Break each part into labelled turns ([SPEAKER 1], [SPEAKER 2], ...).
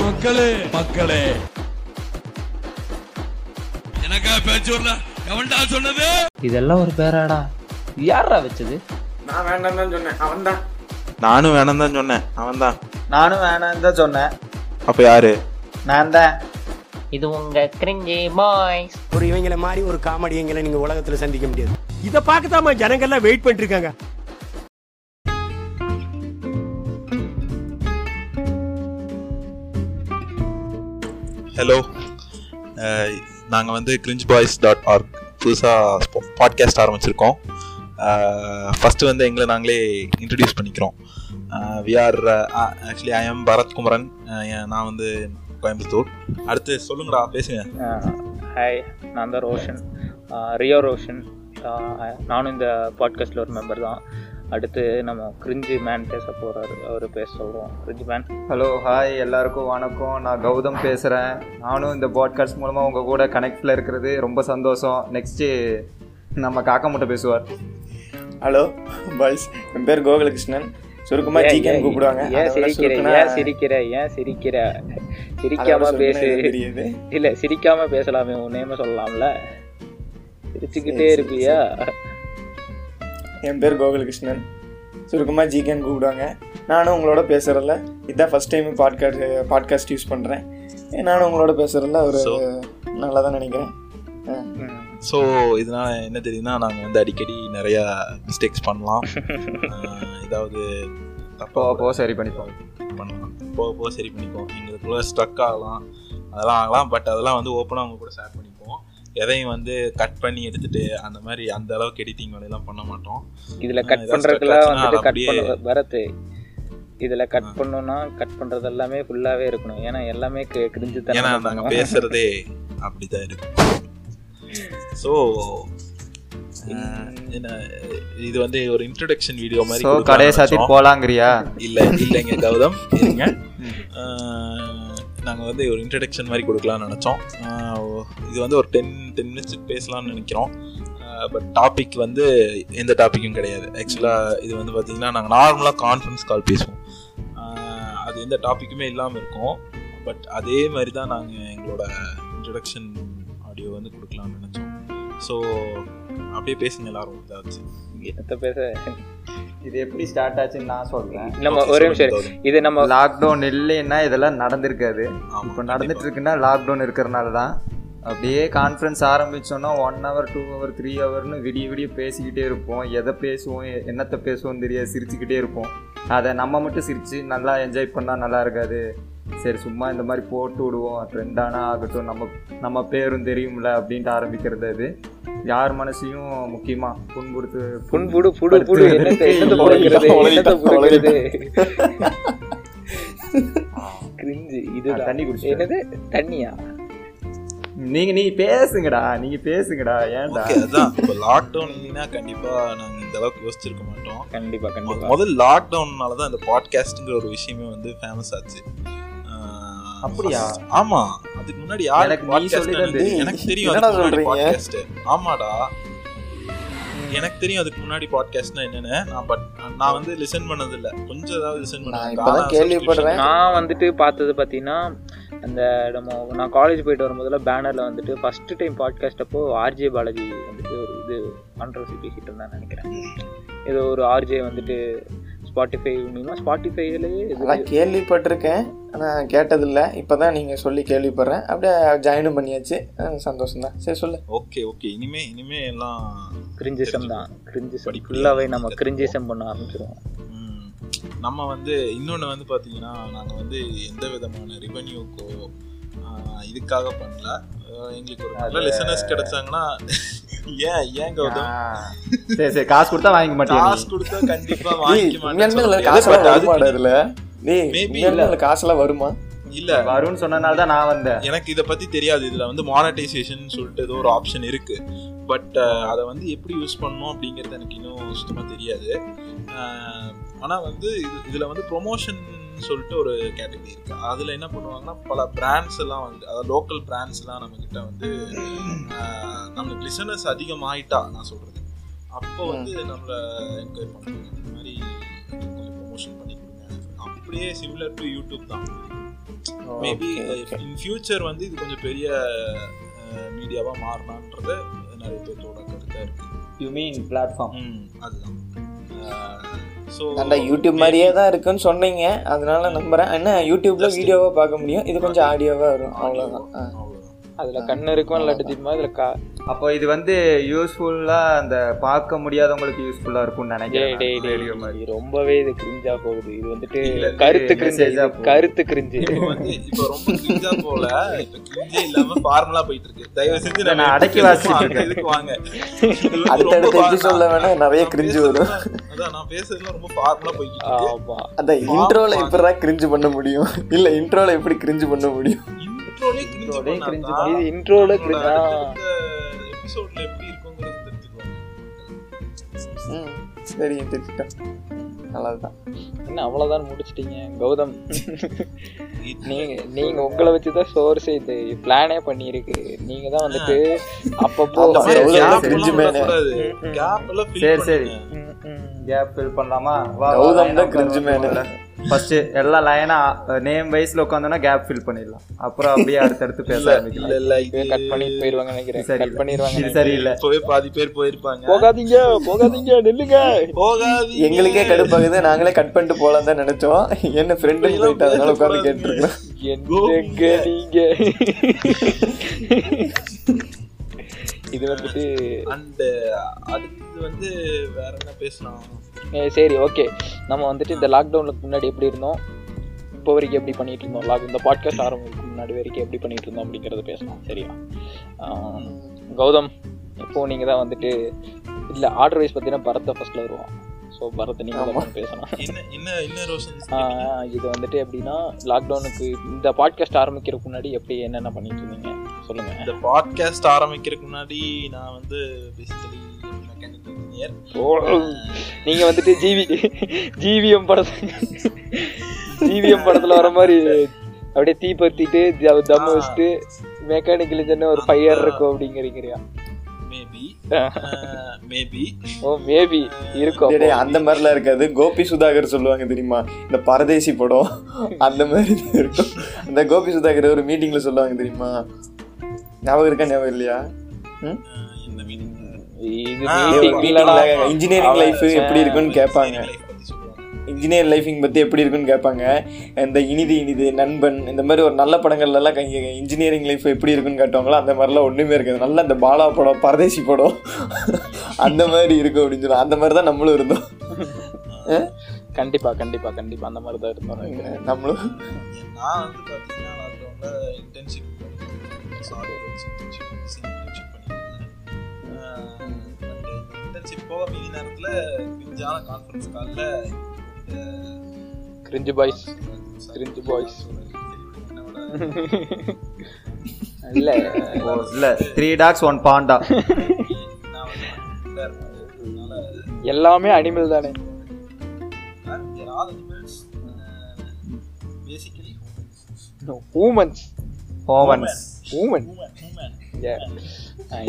[SPEAKER 1] மக்களே மக்களே எனக்கா பேச்சு வரல எவன்டா சொன்னது
[SPEAKER 2] இதெல்லாம் ஒரு பேராடா யாரா வச்சது
[SPEAKER 3] நான் வேண்டாம்னு தான் சொன்னேன் அவன் தான்
[SPEAKER 4] நானும் வேணாம் தான் சொன்னேன் அவன் தான்
[SPEAKER 5] நானும் வேணாம்னு தான் சொன்னேன்
[SPEAKER 4] அப்ப யாரு
[SPEAKER 5] நான் தான்
[SPEAKER 2] இது உங்க கிரிஞ்சி பாய்ஸ்
[SPEAKER 6] ஒரு இவங்களை மாதிரி ஒரு காமெடியங்களை நீங்க உலகத்துல சந்திக்க முடியாது இதை பார்க்கத்தாம ஜனங்கள்லாம் வெயிட் பண்ணிட்டு இருக்காங்க
[SPEAKER 4] ஹலோ நாங்கள் வந்து கிரிஞ்ச் பாய்ஸ் டாட் ஆர்க் புதுசாக பாட்காஸ்ட் ஆரம்பிச்சிருக்கோம் ஃபஸ்ட்டு வந்து எங்களை நாங்களே இன்ட்ரடியூஸ் பண்ணிக்கிறோம் we are actually I am Bharathkumaran நான் வந்து கோயம்புத்தூர் அடுத்து சொல்லுங்கடா பேசுங்க
[SPEAKER 5] ஹாய் நான் தான் ரோஷன் ஆஹ் ரியோ ரோஷன் ஆஹ் நானும் இந்த பாட்காஸ்ட்டில் ஒரு மெம்பர் தான் அடுத்து நம்ம கிரிஞ்சி மேன் பேச போகிறாரு அவர் பேச சொல்கிறோம் கிரிஞ்சி மேன்
[SPEAKER 7] ஹலோ ஹாய் எல்லாருக்கும் வணக்கம் நான் கௌதம் பேசுகிறேன் நானும் இந்த பாட்காஸ்ட் மூலமாக உங்கள் கூட கனெக்டில் இருக்கிறது ரொம்ப சந்தோஷம் நெக்ஸ்ட்டு நம்ம காக்கா முட்டை பேசுவார்
[SPEAKER 3] ஹலோ பாய்ஸ் என் பேர் கோகுலகிருஷ்ணன் சுருக்கமா
[SPEAKER 2] ஏன்,
[SPEAKER 3] ஜிகேன்னு
[SPEAKER 2] ஏன்,
[SPEAKER 3] கூப்பிடுவாங்க
[SPEAKER 2] ஏன்
[SPEAKER 3] அதோட
[SPEAKER 2] சிரிக்கிற
[SPEAKER 3] சுருக்குனா-
[SPEAKER 2] ஏன் சிரிக்கிற ஏன் சிரிக்கிற
[SPEAKER 3] அதோட
[SPEAKER 2] சிரிக்காம
[SPEAKER 3] சுருக்குனா
[SPEAKER 2] பேசு
[SPEAKER 3] எனக்கு தெரியாது.
[SPEAKER 2] இல்ல சிரிக்காம பேசலாமே உன் நேம சொல்லலாம்ல சிரிச்சுக்கிட்டே
[SPEAKER 3] சரி,
[SPEAKER 2] இருப்பியா
[SPEAKER 3] என் பேர் கோகுலகிருஷ்ணன் சுருக்கமா ஜிகேன்னு கூப்பிடுவாங்க நானும் உங்களோட பேசுறதுல இதான் first time podcast podcast use பண்றேன் நானும் உங்களோட பேசுறதுல ஒரு
[SPEAKER 4] So- Mm-hmm.
[SPEAKER 3] நல்லா தான் நினைக்கிறேன் அஹ்,
[SPEAKER 4] ஸோ இதனால் என்ன தெரியுதுன்னா நாங்கள் வந்து அடிக்கடி நிறையா மிஸ்டேக்ஸ் பண்ணலாம் அஹ், ஏதாவது
[SPEAKER 7] போ
[SPEAKER 4] தப்பாக
[SPEAKER 7] போ சரி பண்ணிப்போம்
[SPEAKER 4] பண்ணலாம் போக போக சரி பண்ணிப்போம் எங்களுக்குள்ள ஸ்ட்ரக் ஆகலாம் அதெல்லாம் ஆகலாம் பட் அதெல்லாம் வந்து ஓப்பனாக அவங்க கூட ஷேர் பண்ணிப்போம் எதையும் வந்து கட் பண்ணி எடுத்துட்டு அந்த மாதிரி அந்த அளவுக்கு எடிட்டிங் வேலையெல்லாம் பண்ண மாட்டோம்
[SPEAKER 2] இதுல
[SPEAKER 4] ஆ,
[SPEAKER 2] கட்
[SPEAKER 4] ஏதாவது
[SPEAKER 2] பண்றதுக்கெல்லாம்
[SPEAKER 4] stuck ஆச்சுன்னா
[SPEAKER 2] வந்துட்டு
[SPEAKER 4] அது
[SPEAKER 2] கட்
[SPEAKER 4] அப்படியே-
[SPEAKER 2] பண்ண பரத் இதுல கட் பண்ணணும்னா கட் பண்றது எல்லாமே ஃபுல்லாவே இருக்கணும் ஏன்னா எல்லாமே கிரிஞ்சு
[SPEAKER 4] ஏன்னா நாங்கள்
[SPEAKER 2] தானே
[SPEAKER 4] பேசுறதே அப்படிதான் இருக்கும் ஸோ என்ன இது வந்து ஒரு இன்ட்ரடக்ஷன் வீடியோ மாதிரி
[SPEAKER 7] ஸோ
[SPEAKER 4] கொடுக்கலாம்னு
[SPEAKER 7] கடையை சாத்திட்டு
[SPEAKER 4] நினைச்சோம்.
[SPEAKER 7] போகலாங்கிறியா
[SPEAKER 4] இல்லை இல்லைங்க கௌதம் இருங்க நாங்கள் வந்து ஒரு இன்ட்ரடக்ஷன் மாதிரி கொடுக்கலாம்னு நினச்சோம் இது வந்து ஒரு டென் டென் மினிட்ஸ் பேசலாம்னு நினைக்கிறோம் பட் டாபிக் வந்து எந்த டாப்பிக்கும் கிடையாது ஆக்சுவலாக இது வந்து பார்த்திங்கன்னா நாங்கள் நார்மலாக கான்ஃபரன்ஸ் கால் பேசுவோம் ஆஹ் அது எந்த டாப்பிக்குமே இல்லாமல் இருக்கும் பட் அதே மாதிரி தான் நாங்கள் எங்களோட இன்ட்ரடக்ஷன் ஆடியோ வந்து கொடுக்கலாம்னு நினச்சோம் ஸோ அப்படியே பேசுங்க எல்லாரும் ஏதாச்சும்
[SPEAKER 2] பேச
[SPEAKER 7] இது எப்படி ஸ்டார்ட் ஆச்சுன்னு நான் சொல்கிறேன்
[SPEAKER 2] நம்ம
[SPEAKER 4] Okay,
[SPEAKER 2] ஒரே
[SPEAKER 4] சொல்லுங்க
[SPEAKER 2] நிமிஷம் இரு.
[SPEAKER 4] கௌதம்.
[SPEAKER 2] இது நம்ம
[SPEAKER 7] லாக்டவுன் இல்லைன்னா இதெல்லாம் நடந்திருக்காது
[SPEAKER 4] ஆமா,
[SPEAKER 7] இப்போ
[SPEAKER 4] கண்டிப்பா.
[SPEAKER 7] நடந்துட்டு இருக்குன்னா லாக்டவுன் இருக்கிறனால தான் அப்படியே கான்ஃபரன்ஸ் ஆரம்பிச்சோன்னா one hour two hour three ஹவர்னு விடிய விடிய பேசிக்கிட்டே இருப்போம் எதை பேசுவோம் எ- என்னத்தை பேசுவோம் தெரியாது சிரிச்சுக்கிட்டே இருப்போம் அதை நம்ம மட்டும் சிரித்து நல்லா என்ஜாய் பண்ணால் நல்லா இருக்காது சரி சும்மா இந்த மாதிரி போட்டு விடுவோம் ட்ரெண்டானா ஆகட்டும் நம்ம நம்ம பேரும் தெரியும்ல அப்படின்ட்டு ஆரம்பிக்கிறது அது யார் மனசையும் முக்கியமாக புண்படுத்து
[SPEAKER 2] புண்புடு புடு புடு என்னத்தை என்னத்தை புடுங்கிறது என்னத்தை புடுங்கிறது கிரிஞ்சு இது
[SPEAKER 7] நான் தண்ணி குடிச்சிட்டேன்.
[SPEAKER 2] என்னது தண்ணியா
[SPEAKER 7] நீங்கள் நீங்கள் பேசுங்கடா நீங்கள் பேசுங்கடா ஏன்டா
[SPEAKER 4] ஓகே அதான் இப்போ லாக்டவுன் இல்லைன்னா கண்டிப்பா நாங்க இந்த அளவுக்கு யோசிச்சிருக்க மாட்டோம்
[SPEAKER 2] கண்டிப்பா
[SPEAKER 4] மு-
[SPEAKER 2] கண்டிப்பா
[SPEAKER 4] முதல் லாக்டவுன்னால தான் இந்த பாட்காஸ்ட்ங்கிற ஒரு விஷயமே வந்து ஃபேமஸ் ஆச்சு ஆஹ்
[SPEAKER 7] அப்படியா?
[SPEAKER 4] first- ஆமா அதுக்கு முன்னாடி யாரு
[SPEAKER 7] எனக்கு நீ
[SPEAKER 4] பாட்காஸ்ட்
[SPEAKER 7] சொல்லிதான் தெரியும்.
[SPEAKER 4] எனக்கு தெரியும்
[SPEAKER 3] என்னடா
[SPEAKER 4] அதுக்கு முன்னாடி
[SPEAKER 3] சொல்றீங்க?
[SPEAKER 4] பாட்காஸ்ட் ஆமாடா எனக்கு தெரியும் அதுக்கு முன்னாடி பாட்காஸ்ட்னா என்னன்னு நான் பட் நான் வந்து லிசன் பண்ணது இல்ல கொஞ்சம் ஏதாவது லிசன்
[SPEAKER 3] நான்
[SPEAKER 4] பண்ணேன்
[SPEAKER 3] இப்பதான் கேள்விப்படுறேன்
[SPEAKER 2] நான் வந்துட்டு பார்த்தது பார்த்தீங்கன்னா அந்த நம்ம நான் காலேஜ் போயிட்டு வரும்போதுல பேனரில் வந்துட்டு ஃபர்ஸ்ட் டைம் பாட்காஸ்ட் அப்போ ஆர்ஜே பாலாஜி வந்துட்டு ஒரு இது கான்ட்ரவர்சி பேசிட்டு இருந்தான்னு நினைக்கிறேன் ஏதோ ஒரு ஆர்ஜே வந்துட்டு ஸ்பாட்டிஃபை மூலிமா ஸ்பாட்டிஃபைலேயே
[SPEAKER 3] நான் கேள்விப்பட்டிருக்கேன் ஆனா கேட்டதில்ல இப்பதான் நீங்க சொல்லி கேள்விப்படுறேன் அப்படியே ஜாயினும் பண்ணியாச்சு சந்தோஷம் தான் சரி சொல்லு
[SPEAKER 4] ஓகே ஓகே இனிமே இனிமே எல்லாம்
[SPEAKER 2] கிரிஞ்சிசம் தான் கிரிஞ்சிசம்
[SPEAKER 4] படிப்படியா
[SPEAKER 2] ஃபுல்லாகவே நம்ம
[SPEAKER 4] கத்துப்போம்.
[SPEAKER 2] கிரிஞ்சிசம் பண்ண ஆரம்பிச்சிருவோம்
[SPEAKER 4] ம். நம்ம வந்து இன்னொன்று வந்து பார்த்தீங்கன்னா நாங்கள் வந்து எந்த விதமான ரெவன்யூக்கோ இதுக்காக பண்ணல அஹ் எங்களுக்கு ஒரு நல்ல லிசனர்ஸ் கிடைச்சாங்கன்னா ஏன் ஏன் கௌதம்
[SPEAKER 7] சரி சரி காசு கொடுத்தா வாங்கிக்க மாட்டேன்
[SPEAKER 4] காசு கொடுத்தா கண்டிப்பா
[SPEAKER 3] டேய்,
[SPEAKER 4] வாங்கிக்க
[SPEAKER 3] உண்மையாலுமே இதுல
[SPEAKER 4] மாட்டேன்னு சொல்ல
[SPEAKER 3] காசெல்லாம்
[SPEAKER 4] முடியாது.
[SPEAKER 3] வருமாடா
[SPEAKER 4] அதுக்கு-
[SPEAKER 3] இதுல? டேய்,
[SPEAKER 4] Maybe
[SPEAKER 3] உண்மையாலுமே இதுல காசெல்லாம் வருமா
[SPEAKER 4] இல்ல
[SPEAKER 7] வரும்னு சொன்னனால தான் நான் வந்தேன்
[SPEAKER 4] எனக்கு இதை பத்தி தெரியாது இதுல வந்து மானடைசேஷன் சொல்லிட்டு ஏதோ ஒரு ஆப்ஷன் இருக்கு பட் அதை வந்து எப்படி யூஸ் பண்ணணும் அப்படிங்கிறது எனக்கு இன்னும் சுத்தமா தெரியாது அஹ், ஆனா வந்து இது இதுல வந்து ப்ரொமோஷன் சொல்லிட்டு ஒரு கேட்டகரி இருக்கு அதுல என்ன பண்ணுவாங்கன்னா பல பிராண்ட்ஸ் எல்லாம் வந்து அதாவது லோக்கல் பிராண்ட்ஸ் எல்லாம் நம்ம கிட்ட வந்து அஹ், நம்மளுக்கு லிசனர்ஸ் அதிகமாயிட்டா நான் சொல்றது அப்போ வந்து நம்மளை என்கொயர் பண்ணுவாங்க இந்த மாதிரி ப்ரொமோஷன் பண்ணி கொடுங்க அப்படியே சிமிலர் டு யூடியூப் தான் மேபி இன் ஃபியூச்சர் வந்து இது கொஞ்சம் பெரிய மீடியாவாக மாறலான்றது நிறைய பேர்த்தோட கருத்தாக இருக்கு
[SPEAKER 7] யூ மீன் பிளாட்ஃபார்ம்
[SPEAKER 4] ம் அதுதான் ஸோ
[SPEAKER 3] நல்லா யூடியூப் மாதிரியே தான் இருக்குன்னு சொன்னீங்க அதனால நம்புறேன் என்ன யூடியூப்ல வீடியோவா பார்க்க முடியும் இது கொஞ்சம் ஆடியோவா வரும் அவ்வளவுதான் ஆ.
[SPEAKER 2] அதில் கண்ணு இருக்கும் இல்லாட்டி திம்மா இதில் கா
[SPEAKER 7] அப்போ இது வந்து யூஸ்ஃபுல்லாக அந்த பார்க்க முடியாதவங்களுக்கு யூஸ்ஃபுல்லாக இருக்கும்னு
[SPEAKER 2] டேய்
[SPEAKER 7] நினைக்கிறேன்
[SPEAKER 2] டேய் டேய்
[SPEAKER 7] ரேடியோ மாதிரி
[SPEAKER 2] இது ரொம்பவே இது கிரிஞ்சா போகுது இது வந்துட்டு
[SPEAKER 4] இல்ல,
[SPEAKER 2] கருத்து
[SPEAKER 7] இது
[SPEAKER 2] கிரிஞ்சு
[SPEAKER 7] message
[SPEAKER 2] இது
[SPEAKER 7] ஆ போகுது.
[SPEAKER 2] கருத்து கிரிஞ்சு
[SPEAKER 4] இப்போ வந்து இப்போ ரொம்ப கிரிஞ்சா போல இப்போ கிரிஞ்சே இல்லாம ஃபார்முலா போயிட்டு இருக்கு தயவு செஞ்சு
[SPEAKER 7] நான் அடக்கி வாசிச்சிட்டு இருக்கேன்.
[SPEAKER 4] இதுக்கு வாங்க
[SPEAKER 3] அடுத்தடுத்த episode ல வேணா நிறைய cringe வரும்.
[SPEAKER 4] அதான் நான் பேசுறதுலாம் ரொம்ப ஃபார்முலா போயிட்டு இருக்கு.
[SPEAKER 2] ஆமா
[SPEAKER 3] அதான் இன்ட்ரோல இப்படி கிரிஞ்சு பண்ண முடியும் இல்ல இன்ட்ரோல எப்படி கிரிஞ்சு பண்ண முடியும்
[SPEAKER 4] இன்ட்ரோலே கிரிஞ்சு
[SPEAKER 7] இன்ட்ரோலே
[SPEAKER 4] பண்ணா தான் நம்மளோட
[SPEAKER 2] இது இன்ட்ரோல
[SPEAKER 7] cringe
[SPEAKER 2] கிரிஞ்சா
[SPEAKER 4] அடுத்தடுத்த எபிசோட்ல எப்படி இருக்குங்கிறது தெரிஞ்சுக்குவாங்க
[SPEAKER 3] ம், சரிங்க தெரிஞ்சுட்டேன் நல்லதுதான்
[SPEAKER 2] என்ன அவ்வளவுதான் முடிச்சிட்டீங்க கௌதம்
[SPEAKER 4] இது-
[SPEAKER 2] நீங்க நீங்க உங்களை வச்சுதான் சோர்ஸ் இது பிளானே பண்ணியிருக்கு நீங்க தான் வந்துட்டு அப்பப்போ
[SPEAKER 3] ஆமா,
[SPEAKER 4] சரி,
[SPEAKER 3] எவ்வளவு
[SPEAKER 4] gap
[SPEAKER 3] cringe
[SPEAKER 4] எல்லாம்
[SPEAKER 3] மேல.
[SPEAKER 4] விடக்கூடாது. Gap எல்லாம் fill
[SPEAKER 7] சரி, சரி.
[SPEAKER 4] பண்ணுங்க.
[SPEAKER 2] ம், ம்.
[SPEAKER 7] கேப் ஃபில் பண்ணலாமா வா
[SPEAKER 3] கௌதம் தான் கிரிஞ்சு மேனு.
[SPEAKER 7] ஃபர்ஸ்ட் எல்லா லைனா நேம் வைஸ்ல உட்காந்தோன்னா கேப் ஃபில் பண்ணிடலாம் அப்புறம் அப்படியே அடுத்தடுத்து பேச
[SPEAKER 4] இல்ல, இல்ல,
[SPEAKER 7] ஆரம்பிக்கலாம்
[SPEAKER 4] இல்ல,
[SPEAKER 2] இது
[SPEAKER 4] இது-
[SPEAKER 2] கட் பண்ணிட்டு போயிருவாங்க நினைக்கிறேன்
[SPEAKER 7] சரி
[SPEAKER 2] கட் பண்ணிடுவாங்க
[SPEAKER 7] இது சரியில்லை
[SPEAKER 4] இப்பவே பாதி பேர் போயிருப்பாங்க
[SPEAKER 2] போகாதீங்க போகாதீங்க நில்லுங்க
[SPEAKER 4] போகாதீங்க.
[SPEAKER 3] எங்களுக்கே கடுப்பாகுது நாங்களே கட் பண்ணிட்டு போலாம் தான் நினைச்சோம் என்ன ஃப்ரெண்டு போயிட்டு அதனால உட்காந்து கேட்டுருக்கோம்
[SPEAKER 2] என்னங்க நீங்க இது வந்துட்டு
[SPEAKER 4] And, uh, அடுத்தது வந்து வேற என்ன பேசலாம்
[SPEAKER 2] அஹ் சரி ஓகே நம்ம வந்துட்டு இந்த லாக்டவுனுக்கு முன்னாடி எப்படி இருந்தோம் இப்போ வரைக்கும் எப்படி பண்ணிட்டு இருந்தோம் லாக் இந்த பாட்காஸ்ட் ஆரம்பிக்கு முன்னாடி வரைக்கும் எப்படி பண்ணிட்டு இருந்தோம் அப்படிங்கறத பேசலாம் சரியா ஆம், கௌதம் இப்போ நீங்க தான் வந்துட்டு இல்ல ஆர்டர் வைஸ் பார்த்தீங்கன்னா பரத்தை ஃபர்ஸ்ட்ல வருவோம் ஸோ பரத்தை நீங்க தான் பேசணும்
[SPEAKER 4] என்ன என்ன என்ன ரோஷன்
[SPEAKER 2] ஆஹ் இது வந்துட்டு எப்படின்னா லாக்டவுனுக்கு இந்த பாட்காஸ்ட் ஆரம்பிக்கிறதுக்கு முன்னாடி எப்படி என்னென்ன பண்ணிட்டு இருந்தீங்க சொல்லுங்க
[SPEAKER 4] இந்த பாட்காஸ்ட் ஆரம்பிக்கிறதுக்கு முன்னாடி நான் வந்து பேசிக்கலி மெக்கானிக்கல் இன்ஜினியர்
[SPEAKER 2] நீங்க வந்துட்டு ஜிவி ஜிவிஎம் படத்துல ஜிவிஎம் படத்துல வர மாதிரி அப்படியே தீ பத்திட்டு த- தம் வச்சுட்டு மெக்கானிக்கல் இன்ஜின் ஒரு ஃபயர் இருக்கும் அப்படிங்கிறீங்கயா
[SPEAKER 4] மேபி Uh, மேபி
[SPEAKER 2] ஓ மேபி இருக்கும்
[SPEAKER 3] டேய், டேய், அந்த மாதிரிலாம் இருக்காது கோபி சுதாகர் சொல்லுவாங்க தெரியுமா இந்த பரதேசி படம் அந்த மாதிரி தான் இருக்கும் அந்த கோபி சுதாகர் ஒரு மீட்டிங்ல சொல்லுவாங்க தெரியுமா ஞாபகம் இருக்கா ஞாபகம் இல்லையா ம்?
[SPEAKER 4] Uh, இந்த மீனிங்
[SPEAKER 2] இது
[SPEAKER 4] ஆ,
[SPEAKER 2] meeting
[SPEAKER 4] ஒரு
[SPEAKER 2] இல்லடா.
[SPEAKER 3] meeting-ல engineering life எப்படி இருக்குன்னு கேட்பாங்க.
[SPEAKER 4] லைஃப் பத்தி சொல்லுவாங்க
[SPEAKER 3] இன்ஜினியர் லைஃபிங் பற்றி எப்படி இருக்குன்னு கேட்பாங்க இந்த இனிது இனிது நண்பன் இந்த மாதிரி ஒரு நல்ல படங்கள்லாம் இன்ஜினியரிங் லைஃப் எப்படி இருக்குன்னு காட்டுவாங்களோ அந்த மாதிரிலாம் ஒன்றுமே இருக்காது நல்லா இந்த பாலா படம் பரதேசி படம் அந்த மாதிரி இருக்கும் அப்படின்னு சொல்லி அந்த மாதிரி தான் நம்மளும் இருந்தோம்
[SPEAKER 2] கண்டிப்பா கண்டிப்பா கண்டிப்பா அந்த மாதிரி தான் இருந்தோம்
[SPEAKER 3] நம்மளும்
[SPEAKER 4] நான் வந்து பார்த்தீங்கன்னா லாக்டவுனில் இன்டர்ன்ஷிப் பண்ணியிருந்தேன் சாஃப்ட்வேர் இன்டர்ன்ஷிப் டிசைன் இன்டர்ன்ஷிப் பண்ணியிருந்தேன் இன்டர்ன்ஷிப் போக மீதி நேரத்தில் கிஞ்சான கான்ஃபரன்ஸ் காலில்
[SPEAKER 2] கிரிஞ்சு பாய்ஸ் கிரிஞ்சு பாய்ஸ் இல்ல
[SPEAKER 7] ஓ, இல்ல த்ரீ டாக்ஸ் ஒன் பாண்டா
[SPEAKER 4] நான் வந்து வீட்டில் இருந்தேன் அதனால
[SPEAKER 2] எல்லாமே அனிமல் தானே
[SPEAKER 4] all animals basically
[SPEAKER 2] humans
[SPEAKER 7] humans
[SPEAKER 2] human